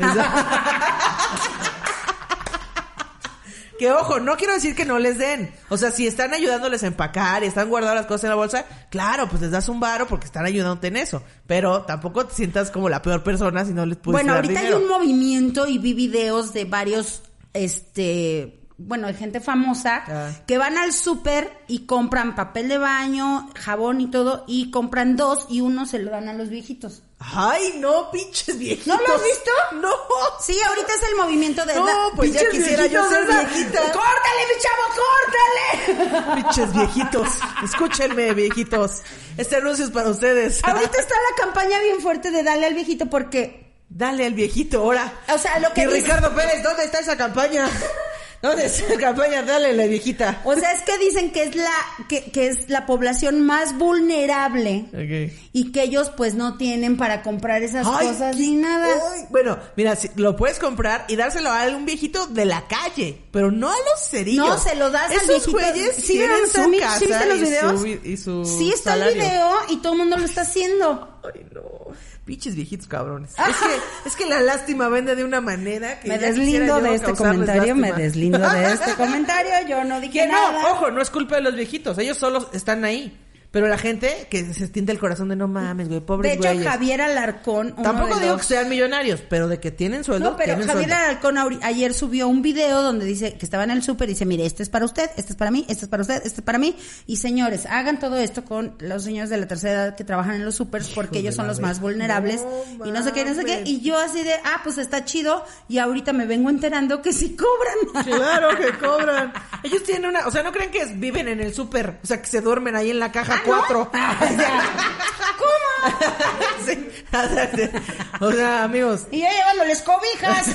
B: Que ojo, no quiero decir que no les den. O sea, si están ayudándoles a empacar y están guardando las cosas en la bolsa, claro, pues les das un varo porque están ayudándote en eso. Pero tampoco te sientas como la peor persona si no les puedes
C: bueno,
B: dar
C: ahorita
B: dinero.
C: hay un movimiento y vi videos de varios, este, bueno, de gente famosa
B: Ah.
C: que van al súper y compran papel de baño, jabón y todo, y compran dos y uno se lo dan a los viejitos.
B: Ay, no, pinches viejitos.
C: ¿No lo has visto?
B: No.
C: Sí, ahorita es el movimiento de...
B: No,
C: da-
B: pues ya
C: Pinches
B: quisiera yo
C: viejitos,
B: ser
C: ¿verdad?
B: viejita.
C: ¡Córtale, mi chavo, córtale! <laughs>
B: Pinches viejitos. Escúchenme, viejitos. Este anuncio es para ustedes.
C: Ahorita está la campaña bien fuerte de darle al viejito porque,
B: Dale al viejito, ahora.
C: o sea, lo que
B: Y
C: dice-
B: Ricardo Pérez, ¿dónde está esa campaña? ¿Dónde está esa campaña? Dale a la viejita.
C: o sea, es que dicen que es la que, que es la población más vulnerable y que ellos pues no tienen para comprar esas
B: Ay,
C: cosas
B: qué-
C: ni nada.
B: ay, bueno, mira, si- lo puedes comprar y dárselo a un viejito de la calle, pero no a los cerillos.
C: No, se lo das al
B: Esos
C: viejito.
B: güeyes
C: ¿Sí
B: tienen
C: vieron
B: su
C: también?
B: casa
C: ¿Sí viste los
B: y su
C: videos?
B: vi- y su
C: sí está
B: salario.
C: el video y todo el mundo lo está haciendo.
B: Ay, no. Pinches viejitos cabrones. Es que, es que la lástima vende de una manera que.
C: Ah. Me
B: ya quisiera
C: deslindo
B: yo
C: de este
B: causarles
C: comentario, me
B: lástima.
C: deslindo
B: <laughs>
C: de este comentario, yo no dije
B: Que no,
C: nada.
B: ojo, no es culpa de los viejitos. Ellos solos están ahí. Pero la gente que se tienta el corazón de no mames, güey, pobres
C: de hecho,
B: güeyes".
C: Javier Alarcón, uno
B: Tampoco
C: de
B: digo
C: los-
B: que sean millonarios, pero de que tienen sueldo.
C: No, pero
B: tienen
C: Javier
B: sueldo.
C: Alarcón ahori- ayer subió un video donde dice que estaba en el súper y dice, mire, este es para usted, este es para mí, este es para usted, este es para mí. Y señores, hagan todo esto con los señores de la tercera edad que trabajan en los supers porque ellos son los más vulnerables
B: No
C: y no sé qué, no sé qué.
B: mames.
C: Y yo así de, ah, pues está chido y ahorita me vengo enterando que sí cobran.
B: Claro que cobran. Ellos tienen una, o sea, no creen que es- viven en el súper, o sea, que se duermen ahí en la caja 4.
C: Ah, <laughs> ¿Cómo?
B: <laughs> Sí. o sea, amigos,
C: <laughs> Y ya llevándoles cobijas.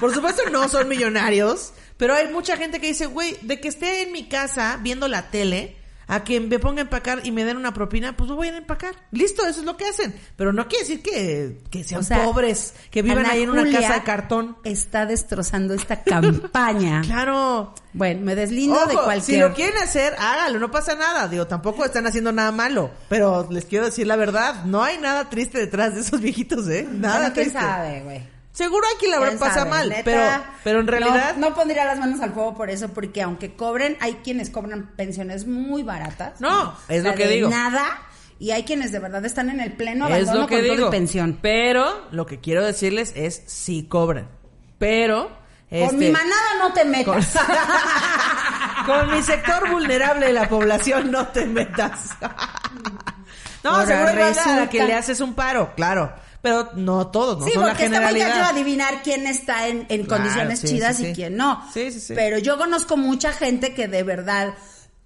B: Por supuesto no son millonarios, pero hay mucha gente que dice, güey, de que esté en mi casa viendo la tele, a que me ponga a empacar y me den una propina, pues me voy a ir a empacar. Listo, eso es lo que hacen. Pero no quiere decir que, que sean
C: O sea,
B: pobres, <laughs> que vivan
C: Ana
B: ahí en una
C: Julia
B: casa de cartón.
C: Está destrozando esta campaña.
B: <laughs> Claro.
C: Bueno, me deslindo de
B: Ojo,
C: cualquier.
B: Si lo quieren hacer, hágalo, no pasa nada. Digo, tampoco están haciendo nada malo. Pero les quiero decir la verdad, no hay nada triste detrás de esos <laughs> viejitos, ¿eh? Nada
C: Bueno, quién
B: triste.
C: sabe, güey.
B: Seguro aquí la verdad
C: Quién
B: pasa
C: sabe,
B: mal,
C: neta.
B: pero, pero en realidad...
C: No, no pondría las manos al fuego por eso, porque aunque cobren, hay quienes cobran pensiones muy baratas.
B: No, es
C: La
B: lo que
C: de
B: digo.
C: Nada. Y hay quienes de verdad están en el pleno
B: Es
C: abandono
B: lo que
C: con todo y
B: digo.
C: pensión.
B: Pero lo que quiero decirles es si cobran. Pero este,
C: Con mi <laughs> manada no te
B: con, <laughs>
C: metas.
B: con mi sector vulnerable de la población no te metas. <laughs> no,
C: Ahora
B: seguro hay banda a
C: resulta.
B: la que le haces un paro, claro. Pero no todos, no
C: <laughs> sí,
B: son la
C: porque está muy
B: generalidad.
C: cañón adivinar quién está en, en
B: Claro,
C: condiciones
B: sí,
C: chidas
B: sí,
C: y
B: sí.
C: quién no.
B: Sí, sí, sí.
C: Pero yo conozco mucha gente que de verdad, <coughs>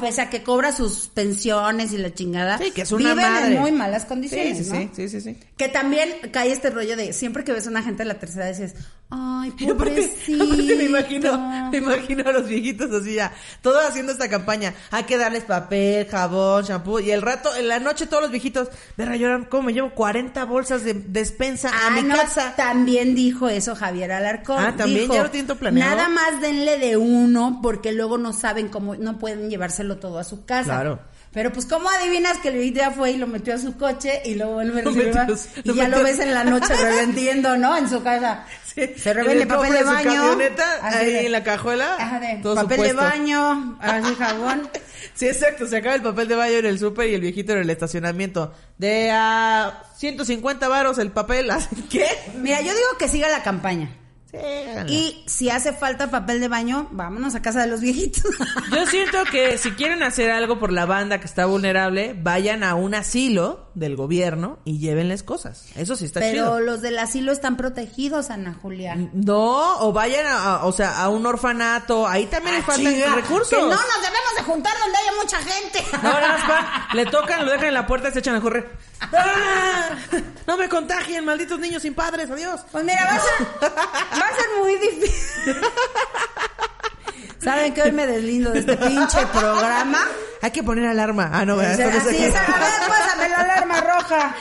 C: pese a que cobra sus pensiones y la chingada,
B: Sí, que es una
C: viven
B: madre.
C: en muy malas condiciones,
B: sí, sí,
C: ¿no?
B: sí, sí, sí, sí.
C: Que también cae este rollo de siempre que ves a una gente de la tercera dices, ay,
B: <laughs> Y <laughs> aparte,
C: pobrecito.
B: aparte me imagino, me imagino a los viejitos así ya, todos haciendo esta campaña. Hay que darles papel, jabón, shampoo. Y el rato, en la noche todos los viejitos, verá, lloran, ¿cómo me llevo 40 bolsas de despensa a
C: Ah,
B: mi
C: no,
B: casa?
C: también dijo eso Javier Alarcón.
B: Ah, también
C: Dijo,
B: ya lo tienen todo planeado.
C: Nada más denle de uno porque luego no saben cómo, no pueden llevárselo todo a su casa.
B: Claro.
C: Pero pues, ¿cómo adivinas que el viejito ya fue y lo metió a su coche y luego vuelve a
B: Lo
C: recibir
B: metió-
C: más? Y
B: lo
C: ya lo
B: metió-
C: ves
B: <laughs>
C: en la noche revendiendo, ¿no? En su casa. Se
B: Y
C: revende
B: le
C: papel de
B: compran su
C: baño.
B: camioneta,
C: así
B: ahí
C: de-
B: en la cajuela.
C: Ajá, de
B: todo
C: papel de
B: supuesto.
C: baño, así jabón.
B: <laughs> Sí, exacto, se acaba el papel de baño en el súper y el viejito en el estacionamiento. De a 150 varos el papel, <laughs> ¿así ¿qué?
C: Mira, yo digo que siga la campaña.
B: Sí, háganlo.
C: Y si hace falta papel de baño, vámonos a casa de los viejitos.
B: Yo siento que si quieren hacer algo por la banda que está vulnerable, vayan a un asilo del gobierno y llévenles cosas. Eso sí está
C: Pero
B: chido.
C: los del asilo están protegidos, Ana Julia.
B: No, o vayan a, a- o sea, a un orfanato, ahí también les faltan
C: Ah, Chinga,
B: recursos.
C: Que no nos debemos de juntar donde haya mucha gente.
B: No, nada más van, le tocan, lo dejan en la puerta y se echan a
C: <laughs>
B: correr. ¡Ah! No me contagien, malditos niños sin padres, adiós.
C: Pues mira, va a ser, va a ser muy difícil. ¿Saben que hoy me deslindo de este pinche programa?
B: Hay que poner alarma. Ah, no, ¿verdad?
C: Así
B: Esto no se
C: es,
B: puede.
C: a ver, pues. pásame la alarma roja.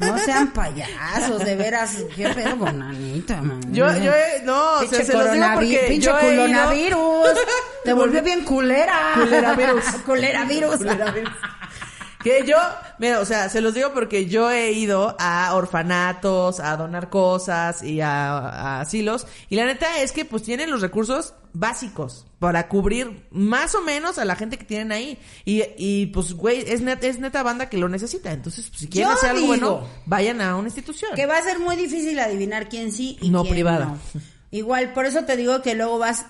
C: No sean payasos, de veras. Qué pedo con Anita, man.
B: Yo, yo, he- no, o sea,
C: Pinche
B: se los digo
C: coronavirus,
B: porque
C: pinche
B: yo he ido- <laughs>
C: culonavirus. Te volvió bien culera.
B: Culeravirus.
C: Culeravirus.
B: Que yo, mira, o sea, se los digo porque yo he ido a orfanatos, a donar cosas y a, a asilos. Y la neta es que pues tienen los recursos básicos para cubrir más o menos a la gente que tienen ahí. Y, y pues, güey, es, net- es neta banda que lo necesita. Entonces, pues, si quieren
C: Yo
B: hacer algo bueno,
C: digo
B: vayan a una institución.
C: Que va a ser muy difícil adivinar quién sí y
B: No
C: quién
B: privada.
C: no. Igual, por eso te digo que luego vas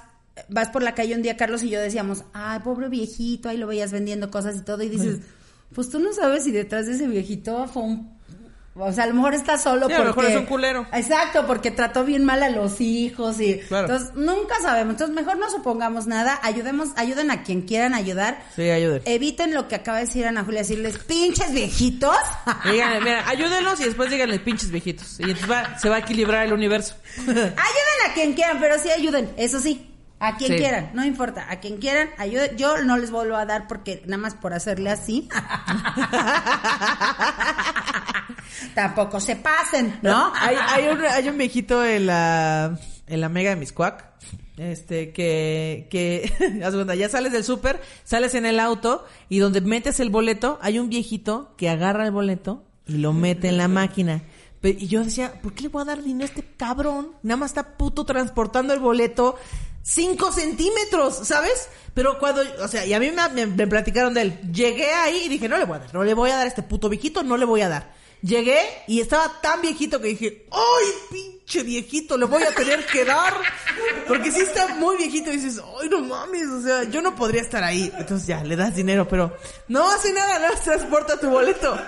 C: vas por la calle un día Carlos y yo decíamos, "Ay, pobre viejito, ahí lo veías vendiendo cosas y todo" y dices, "Pues tú no sabes si detrás de ese viejito fue un o sea, a lo mejor está solo
B: Sí, a
C: porque
B: lo mejor es un culero.
C: Exacto, porque trató bien mal a los hijos y
B: Claro.
C: entonces nunca sabemos. Entonces, mejor no supongamos nada, ayudemos, ayuden a quien quieran ayudar.
B: Sí, ayuden.
C: Eviten lo que acaba de decir Ana Julia, decirles, "Pinches viejitos." ah,
B: Díganle, mira, ayúdenlos y después díganle pinches viejitos. Y entonces va- se va a equilibrar el
C: <laughs>
B: universo.
C: Ayuden a quien quieran, pero sí ayuden, eso sí. A quien
B: Sí.
C: quieran, no importa, a quien quieran, ayuden. Yo no les vuelvo a dar porque nada más por
B: <laughs>
C: hacerle así. Tampoco se pasen, <laughs> ¿no?
B: Hay, hay, un, hay un viejito en la, en la mega de Miscuac. Este, que, que, <laughs> haz cuenta, ya sales del súper, sales en el auto y donde metes el boleto, hay un viejito que agarra el boleto y lo mete en la máquina. Pe- Y yo decía, ¿por qué le voy a dar dinero a este cabrón? Nada más está puto transportando el boleto 5 centímetros, ¿sabes? Pero cuando, o sea, y a mí me, me- me platicaron de él. Llegué ahí y dije, no le voy a dar, no le voy a dar a este puto viejito, no le voy a dar. Llegué y estaba tan viejito que dije, ¡ay, pinche viejito! Le voy a tener que dar. Porque si está muy viejito y dices, ¡ay, no mames! O sea, yo no podría estar ahí. Entonces ya, le das dinero, pero no hace nada, no transporta tu boleto.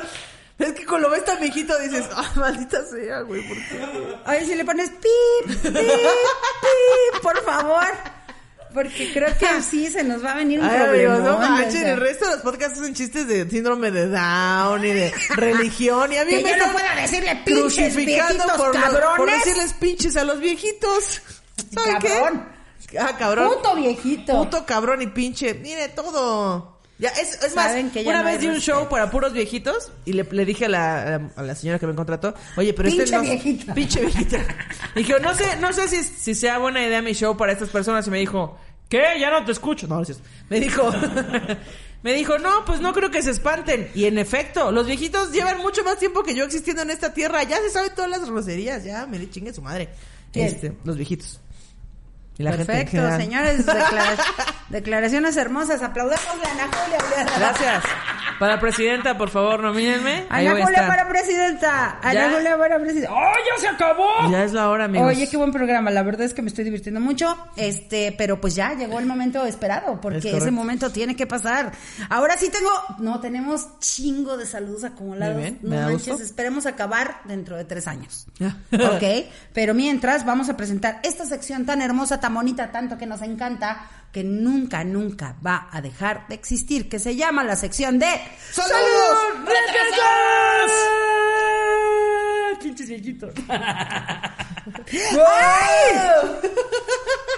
B: Es que cuando ves tan viejito dices, ¡ah, maldita sea, güey! ¿por qué?
C: Oye, si le pones pip, pip, pip, por favor. Porque creo que sí se nos va a venir un
B: Ay,
C: problema.
B: amigos, no manchen, el resto de los podcasts son chistes de síndrome de Down y de religión. Y a mí
C: Que
B: me
C: yo no
B: están
C: pueda decirle pinches
B: crucificando
C: viejitos
B: por, los- por
C: cabrones.
B: decirles pinches a los viejitos. ¿Saben
C: Cabrón.
B: qué? Ah, cabrón.
C: Puto viejito.
B: Puto cabrón y pinche. Mire todo. Ya, es, es más,
C: Saben que ya
B: una
C: no hay
B: vez di un
C: respeto.
B: show para puros viejitos y le, le dije a la, a la- a la señora que me contrató, oye, pero este
C: Pinche
B: no...
C: viejita.
B: <laughs> Pinche viejita. Dije, no sé, no sé si, si sea buena idea mi show para estas personas. Y me dijo, ¿qué? Ya no te escucho. No, no es cierto. Me dijo... <laughs> Me dijo, no, pues no creo que se espanten. Y en efecto, los viejitos llevan mucho más tiempo que yo existiendo en esta tierra. Ya se saben todas las groserías. Ya, me le chingue su madre.
C: ¿Quién?
B: Este, los viejitos. Y la gente en
C: Perfecto,
B: general.
C: <laughs> señores. declara- declaraciones hermosas. Aplaudamos a Ana Julia. Oleada.
B: Gracias. Para presidenta, por favor, nomínenme. Ahí
C: Ana
B: voy a
C: Julia
B: estar.
C: para presidenta.
B: Ya.
C: Ana Julia para presidenta. ¡Oh!
B: Ya es la hora, amigos.
C: Oye, qué buen programa. La verdad es que me estoy divirtiendo mucho. Este, pero pues ya llegó el momento esperado,
B: Es
C: porque
B: correcto.
C: ese momento tiene que pasar. Ahora sí tengo. No, tenemos chingo de saludos acumulados.
B: Muy bien,
C: no
B: me da
C: manches,
B: gusto.
C: esperemos acabar dentro de tres años.
B: <laughs>
C: ok, pero mientras vamos a presentar esta sección tan hermosa, tan bonita, tanto que nos encanta, que nunca, nunca va a dejar de existir, que se llama la sección de
B: ¡Saludos
E: ¡Retrasados! Pinches viejitos.
C: ¡Ay!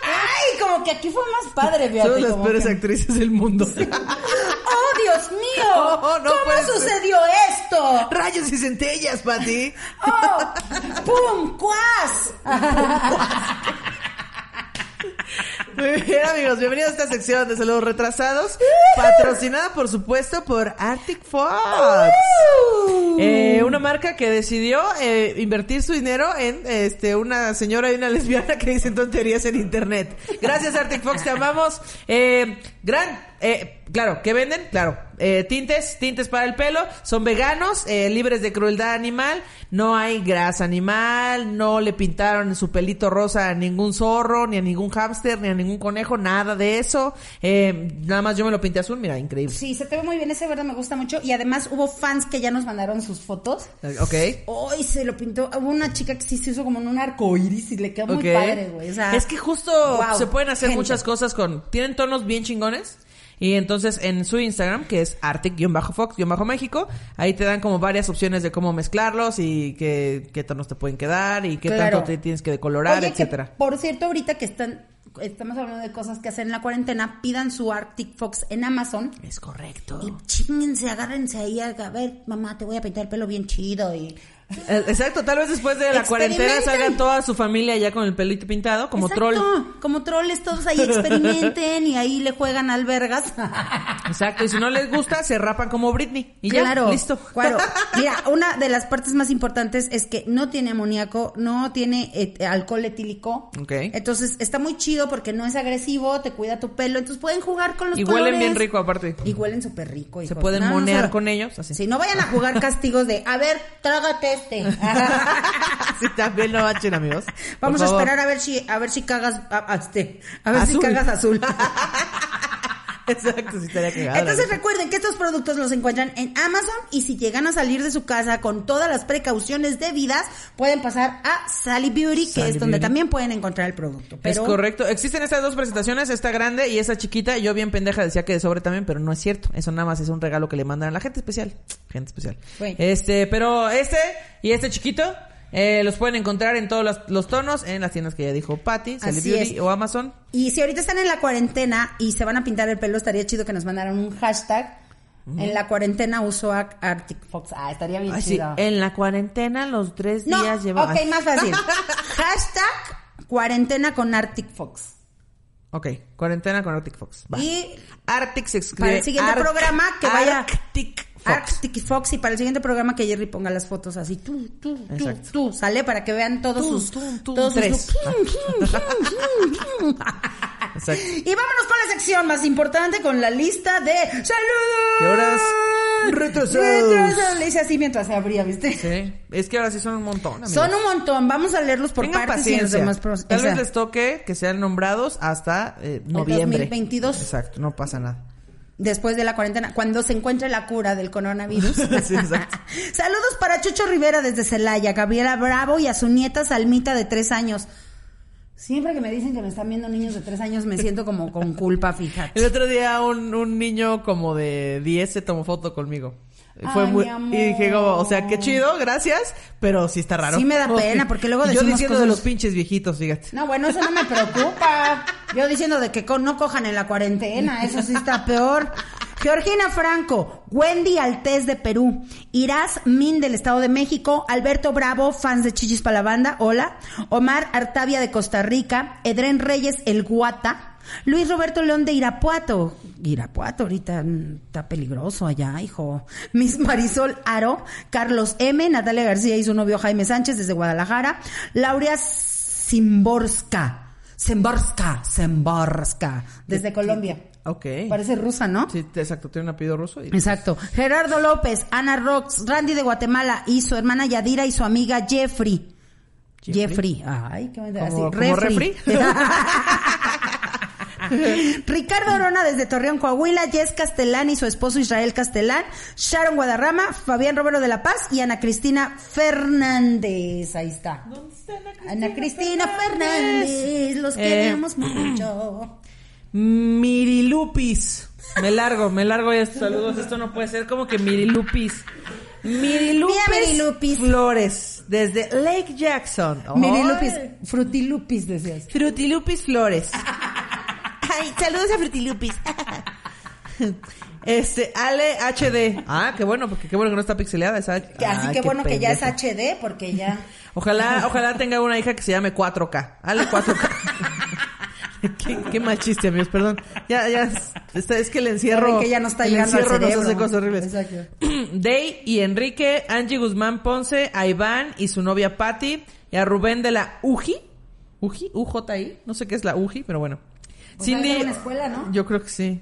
C: ¡Ay! Como que aquí fue más padre, fíjate.
B: Somos las
C: como
B: peores
C: que-
B: actrices del mundo.
C: ¡Oh, Dios mío!
B: <laughs> No, no puede
C: ¿Cómo
B: ser.
C: sucedió esto?
B: <laughs> Rayos y centellas, Pati.
C: ¡Oh! ¡Pum! ¡Cuas!
B: Muy bien, amigos. Bienvenidos a esta sección de saludos retrasados. Patrocinada, por supuesto, por Arctic Fox. Eh, una marca que decidió eh, invertir su dinero en este una señora y una lesbiana que dicen tonterías en internet. Gracias Arctic Fox, te amamos. Eh, gran, eh, claro, ¿qué venden? Claro, eh, tintes, tintes para el pelo, son veganos, eh, libres de crueldad animal, no hay grasa animal, no le pintaron su pelito rosa a ningún zorro, ni a ningún hámster, ni a ningún conejo, nada de eso. Eh, nada más yo me lo pinté azul, mira, increíble.
C: Sí, se te ve muy bien ese verde, me gusta mucho. Y además hubo fans que ya nos mandaron sus fotos.
B: Ok.
C: Hoy se lo pintó. Hubo una chica que sí se hizo como en un arco iris y le quedó
B: Ok.
C: muy padre, güey. O sea,
B: es que justo
C: wow,
B: se pueden hacer
C: gente.
B: muchas cosas con... Tienen tonos bien chingones. Y entonces en su Instagram, que es arctic-fox-méxico, ahí te dan como varias opciones de cómo mezclarlos y qué, qué tonos te pueden quedar y qué
C: Claro.
B: tanto te tienes que decolorar,
C: Oye, que,
B: etcétera.
C: por cierto, ahorita que están, estamos hablando de cosas que hacen en la cuarentena, pidan su Arctic Fox en Amazon.
B: Es correcto.
C: Y chinguense, agárrense ahí, a ver, mamá, te voy a pintar el pelo bien chido y...
B: Eh, Exacto, tal vez después de la cuarentena
C: Experimenten.
B: salga toda su familia ya con el pelito pintado, como
C: Exacto,
B: troll.
C: Como troles, todos ahí experimenten y ahí le juegan
B: <laughs>
C: albergas.
B: Exacto, y si no les gusta, se rapan como Britney. Y
C: claro,
B: ya, listo. <laughs>
C: Claro. Mira, una de las partes más importantes es que no tiene amoníaco, no tiene eh, alcohol etílico.
B: Ok.
C: Entonces está muy chido porque no es agresivo, te cuida tu pelo, entonces pueden jugar con los
B: y huelen
C: colores.
B: bien rico aparte.
C: Y huelen súper rico.
B: Se
C: hijos.
B: pueden
C: No, no,
B: monear
C: no.
B: con ellos, así.
C: Sí, no vayan a
B: <laughs>
C: jugar castigos de, a ver, trágate este.
B: <laughs> sí, también lo bachen, amigos. Por
C: <laughs> Vamos a
B: favor.
C: esperar a ver si, a ver si cagas, a, a este, a ver si
B: Azul. <laughs>
C: cagas azul.
B: Exacto, sí estaría cagado.
C: Entonces recuerden que estos productos los encuentran en Amazon y si llegan a salir de su casa con todas las precauciones debidas, pueden pasar a Sally Beauty, que
B: Sally
C: es donde
B: Beauty.
C: también pueden encontrar el producto. Pero
B: Es correcto. Existen estas dos presentaciones, esta grande y esta chiquita. Yo bien pendeja decía que de sobre también, pero no es cierto. Eso nada más es un regalo que le mandan a la gente especial. Gente especial.
C: Güey.
B: Este, pero este y este chiquito eh, los pueden encontrar en todos los, los tonos en las tiendas que ya dijo Patty, Sally
C: Así
B: Beauty
C: es.
B: o Amazon.
C: Y si ahorita están en la cuarentena y se van a pintar el pelo, estaría chido que nos mandaran un hashtag. En la cuarentena uso a Arctic Fox. Ah, estaría bien
B: Mm. Ay, sí.
C: chido.
B: En la cuarentena los tres
C: No,
B: días llevaban.
C: ok,
B: <laughs>
C: más fácil. hashtag cuarentena con Arctic Fox.
B: ok, cuarentena con Arctic Fox. Va.
C: Y
B: Arctic se escribe
C: Para el siguiente programa que vaya-
B: Arctic Fox.
C: Arctic Fox y para el siguiente programa que Jerry ponga las fotos así tú tú tú
B: Exacto.
C: tú sale para que vean todos
B: Tú,
C: sus
B: tú, tú,
C: todos sus-
B: tres. Exacto.
C: y vámonos con la sección más importante con la lista de saludos
B: ¿Qué horas?
F: Retrasados.
C: le hice así mientras se abría viste
B: Sí. Es que ahora sí son un montón. amigos.
C: son un montón vamos a leerlos por
B: Tengan
C: partes y los
B: paciencia.
C: demás pro-
B: Tal vez
C: Exacto.
B: les toque que sean nombrados hasta eh, noviembre.
C: 2022.
B: Exacto, no pasa nada.
C: después de la cuarentena, cuando se encuentre la cura del coronavirus.
B: Sí, exacto.
C: <laughs> Saludos para Chucho Rivera desde Celaya, Gabriela Bravo y a su nieta Salmita de tres años. Siempre que me dicen que me están viendo niños de tres años, me siento como con culpa,
E: El
C: fíjate.
E: otro día un, un niño como de 10 se tomó foto conmigo. Fue
C: Ay,
E: muy
C: mi amor.
E: y dije como, o sea, qué chido, gracias, pero sí está raro.
C: Sí me da
E: Como
C: pena,
E: que-
C: porque luego
E: y yo
C: decimos
E: diciendo de
C: cosas-
E: los pinches viejitos, fíjate.
C: No, bueno, eso no me preocupa. Yo diciendo de que co- no cojan en la cuarentena, eso sí está peor. Georgina Franco, Wendy Altés de Perú, Irás Min del Estado de México, Alberto Bravo, fans de Chichis para la Banda, hola, Omar Artavia de Costa Rica, Edren Reyes el Guata, Luis Roberto León de Irapuato, Irapuato ahorita mm, está peligroso allá, hijo, Miss Marisol Aro, Carlos M, Natalia García y su novio Jaime Sánchez desde Guadalajara, Laurea Simborska. Semborska, Semborska, desde Colombia.
E: Ok.
C: Parece rusa, ¿no?
E: Sí, te- exacto, tiene un apellido ruso. y-
C: Exacto. Gerardo López, Ana Rox, Randy de Guatemala y su hermana Yadira y su amiga Jeffrey. Jeffrey. Ay, qué bonita.
E: ¿Como-
C: Así,
E: como
C: refri. <laughs> Ricardo Arona desde Torreón, Coahuila, Jess Castellán y su esposo Israel Castellán, Sharon Guadarrama, Fabián Romero de la Paz y Ana Cristina Fernández. Ahí está. Ana Cristina Fernández,
B: Eh.
C: los
B: <clears throat>
C: queremos mucho.
B: Mirilupis. Me largo, me largo ya estos saludos. Esto no puede ser como que Mirilupis. Mirilupis,
C: Mira, Mirilupis.
B: Flores, desde Lake Jackson. ¡Ay!
C: Mirilupis, frutilupis decías.
B: Frutilupis Flores. Ay, saludos a Frutilupis. Este, Ale HD. Ah, qué bueno, porque qué bueno que no está pixeleada esa.
C: Que- Así
B: Ay,
C: que
B: qué
C: bueno que ya es
B: pendeja.
C: HD
B: <laughs>
C: porque ya.
B: Ojalá, ojalá tenga una hija que se llame 4K. Ale 4K. qué, qué mal chiste, amigos, perdón. Ya, ya, es- está- es que el encierro.
C: Saben que ya no está
B: el
C: llegando al
B: encierro nos
C: cerebro.
B: hace cosas horribles. <clears throat>
C: Exacto.
B: Day y Enrique, Angie Guzmán Ponce, a Iván y su novia Patty, y a Rubén de la UJI. UJI, UJI, no sé qué es la UJI, pero bueno.
C: O sea, era una escuela, ¿no?
B: Yo creo que sí.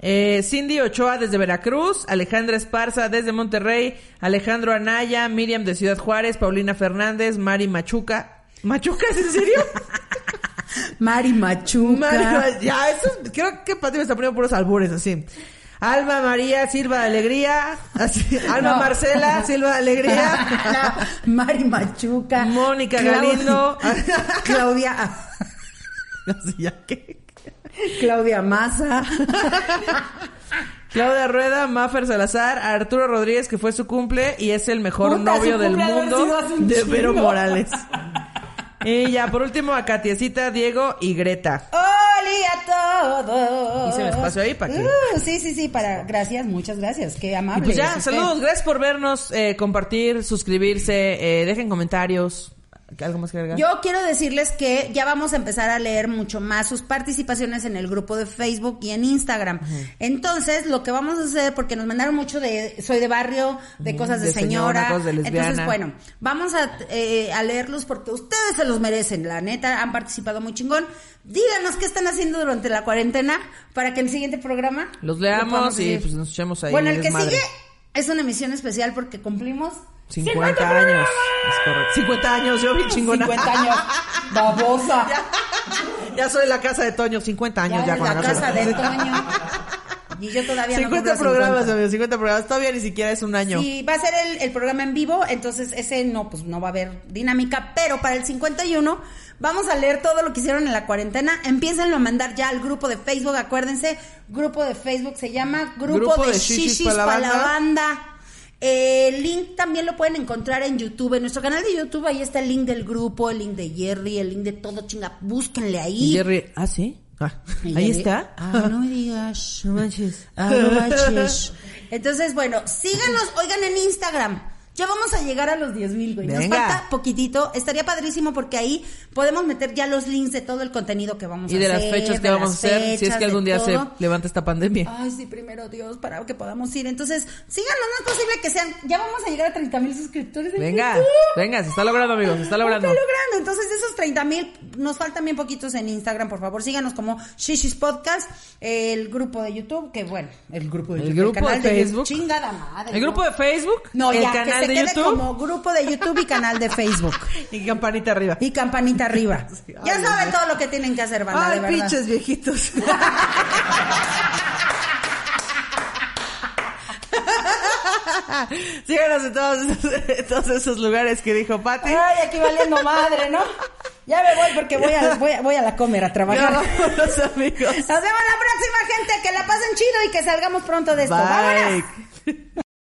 B: Eh, Cindy Ochoa desde Veracruz, Alejandra Esparza desde Monterrey, Alejandro Anaya, Miriam de Ciudad Juárez, Paulina Fernández, Mari Machuca. ¿Machuca es en
C: <laughs>
B: serio?
C: Mari Machuca.
B: Mari Ma- ya, eso es- creo que Pati me está poniendo puros albures así. Alma María Silva de Alegría,
C: <laughs>
B: así, Alma
C: No.
B: Marcela Silva de Alegría,
C: <laughs>
B: <laughs>
C: No, Mari Machuca.
B: Mónica
C: Clau-
B: Galindo.
C: <laughs> Claudia.
B: Así ya que-
C: Claudia
B: <laughs>
C: Maza.
B: Claudia Rueda, Maffer Salazar, Arturo Rodríguez, que fue su cumple y es el mejor
C: Puta,
B: novio
C: su
B: del
C: cumple ha de haber sido
B: mundo
C: hace un
B: de
C: chingo.
B: Vero
C: <laughs>
B: Morales. Y ya, por último, a Katiecita, Diego y Greta.
C: ¡Oli a todos!
B: Hice el espacio ahí para que-
C: Uh, sí, sí, sí, para. Gracias, muchas gracias. Qué ¿eh?
B: Y
C: amable.
B: pues
C: es
B: ya,
C: usted.
B: saludos, gracias por vernos, eh, compartir, suscribirse, eh, dejen comentarios. ¿Algo más que agregar?
C: Yo quiero decirles que ya vamos a empezar a leer mucho más sus participaciones en el grupo de Facebook y en Instagram. Entonces, lo que vamos a hacer, porque nos mandaron mucho de soy de barrio, de cosas de,
B: de
C: señora.
B: señora, cosas de lesbiana.
C: Entonces, bueno, vamos a, eh, a leerlos porque ustedes se los merecen, la neta, han participado muy chingón. Díganos qué están haciendo durante la cuarentena para que en el siguiente programa
B: Los
C: lo podamos
B: leamos y
C: leer.
B: pues nos echemos ahí.
C: Bueno, el que
B: desmadre.
C: sigue es una emisión especial porque cumplimos
B: 50, años. Es correcto. 50 años, yo vi chingona.
C: 50 años. Babosa.
B: <laughs> Ya soy la casa de Toño, 50 años ya,
C: en
B: con
C: la casa de
B: Sí.
C: Toño. Y yo todavía
B: 50
C: no cumplo
B: programas,
C: 50.
B: amigos, 50 programas. Todavía ni siquiera es un año.
C: Sí, va a ser el, el programa en vivo, entonces ese no, pues no va a haber dinámica, pero para el 51 vamos a leer todo lo que hicieron en la cuarentena. Empiecen a mandar ya al grupo de Facebook, acuérdense, grupo de Facebook se llama Grupo,
B: Grupo
C: de,
B: de Shishis
C: Shishis
B: pa'
C: para
B: la
C: la
B: Banda.
C: Banda. Eh, El link también lo pueden encontrar en YouTube, en nuestro canal de YouTube, ahí está el link del grupo, el link de Jerry, el link de todo, chinga, búsquenle ahí.
B: Y Jerry, ah, sí. Ah,
C: Y ah,
B: ahí
C: ya
B: está.
C: vi-
B: <laughs>
C: Ay, no me digas.
B: No manches.
C: Ah, no manches. <laughs> Entonces, bueno, síganos, oigan en Instagram. Ya vamos a llegar a los 10 mil, güey. Nos
B: Venga.
C: falta poquitito. Estaría padrísimo porque ahí podemos meter ya los links de todo el contenido que vamos
B: Y
C: a
B: de
C: hacer.
B: las fechas que vamos a
C: las
B: hacer, si es
C: fechas,
B: que algún
C: de
B: día se
C: todo.
B: levanta esta pandemia.
C: Ay, sí, primero Dios, para que podamos ir. Entonces, síganos, no es posible que sean... Ya vamos a llegar a 30 mil suscriptores en
B: Venga,
C: YouTube.
B: venga, se está logrando, amigos, se está logrando.
C: Está logrando. Entonces, de esos 30 mil, nos faltan bien poquitos en Instagram, por favor. Síganos como Shishis Podcast, el grupo de YouTube, que bueno, el grupo de
B: El
C: YouTube.
B: grupo
C: canal
B: de
C: YouTube.
B: Facebook.
C: Chingada madre.
B: El grupo de Facebook,
C: No,
B: el
C: ya,
B: canal
C: que
B: de
C: se quede
B: YouTube
C: como grupo de YouTube y canal de Facebook.
B: y campanita arriba.
C: Y
B: <laughs>
C: campanita arriba. ya
B: ay,
C: saben todo lo que tienen que hacer, banda, de
B: Ay,
C: verdad.
B: pinches <laughs> viejitos. Síganos en todos, en todos esos lugares que dijo Pati.
C: Ay, aquí valiendo madre, ¿no? Ya me voy porque voy a, voy, a- voy a la comer a
E: Ya
C: trabajar. Nos vemos
E: vámonos, amigos.
C: la próxima, gente. Que la pasen chido y que salgamos pronto de esto.
B: Bye.
C: Vámonos.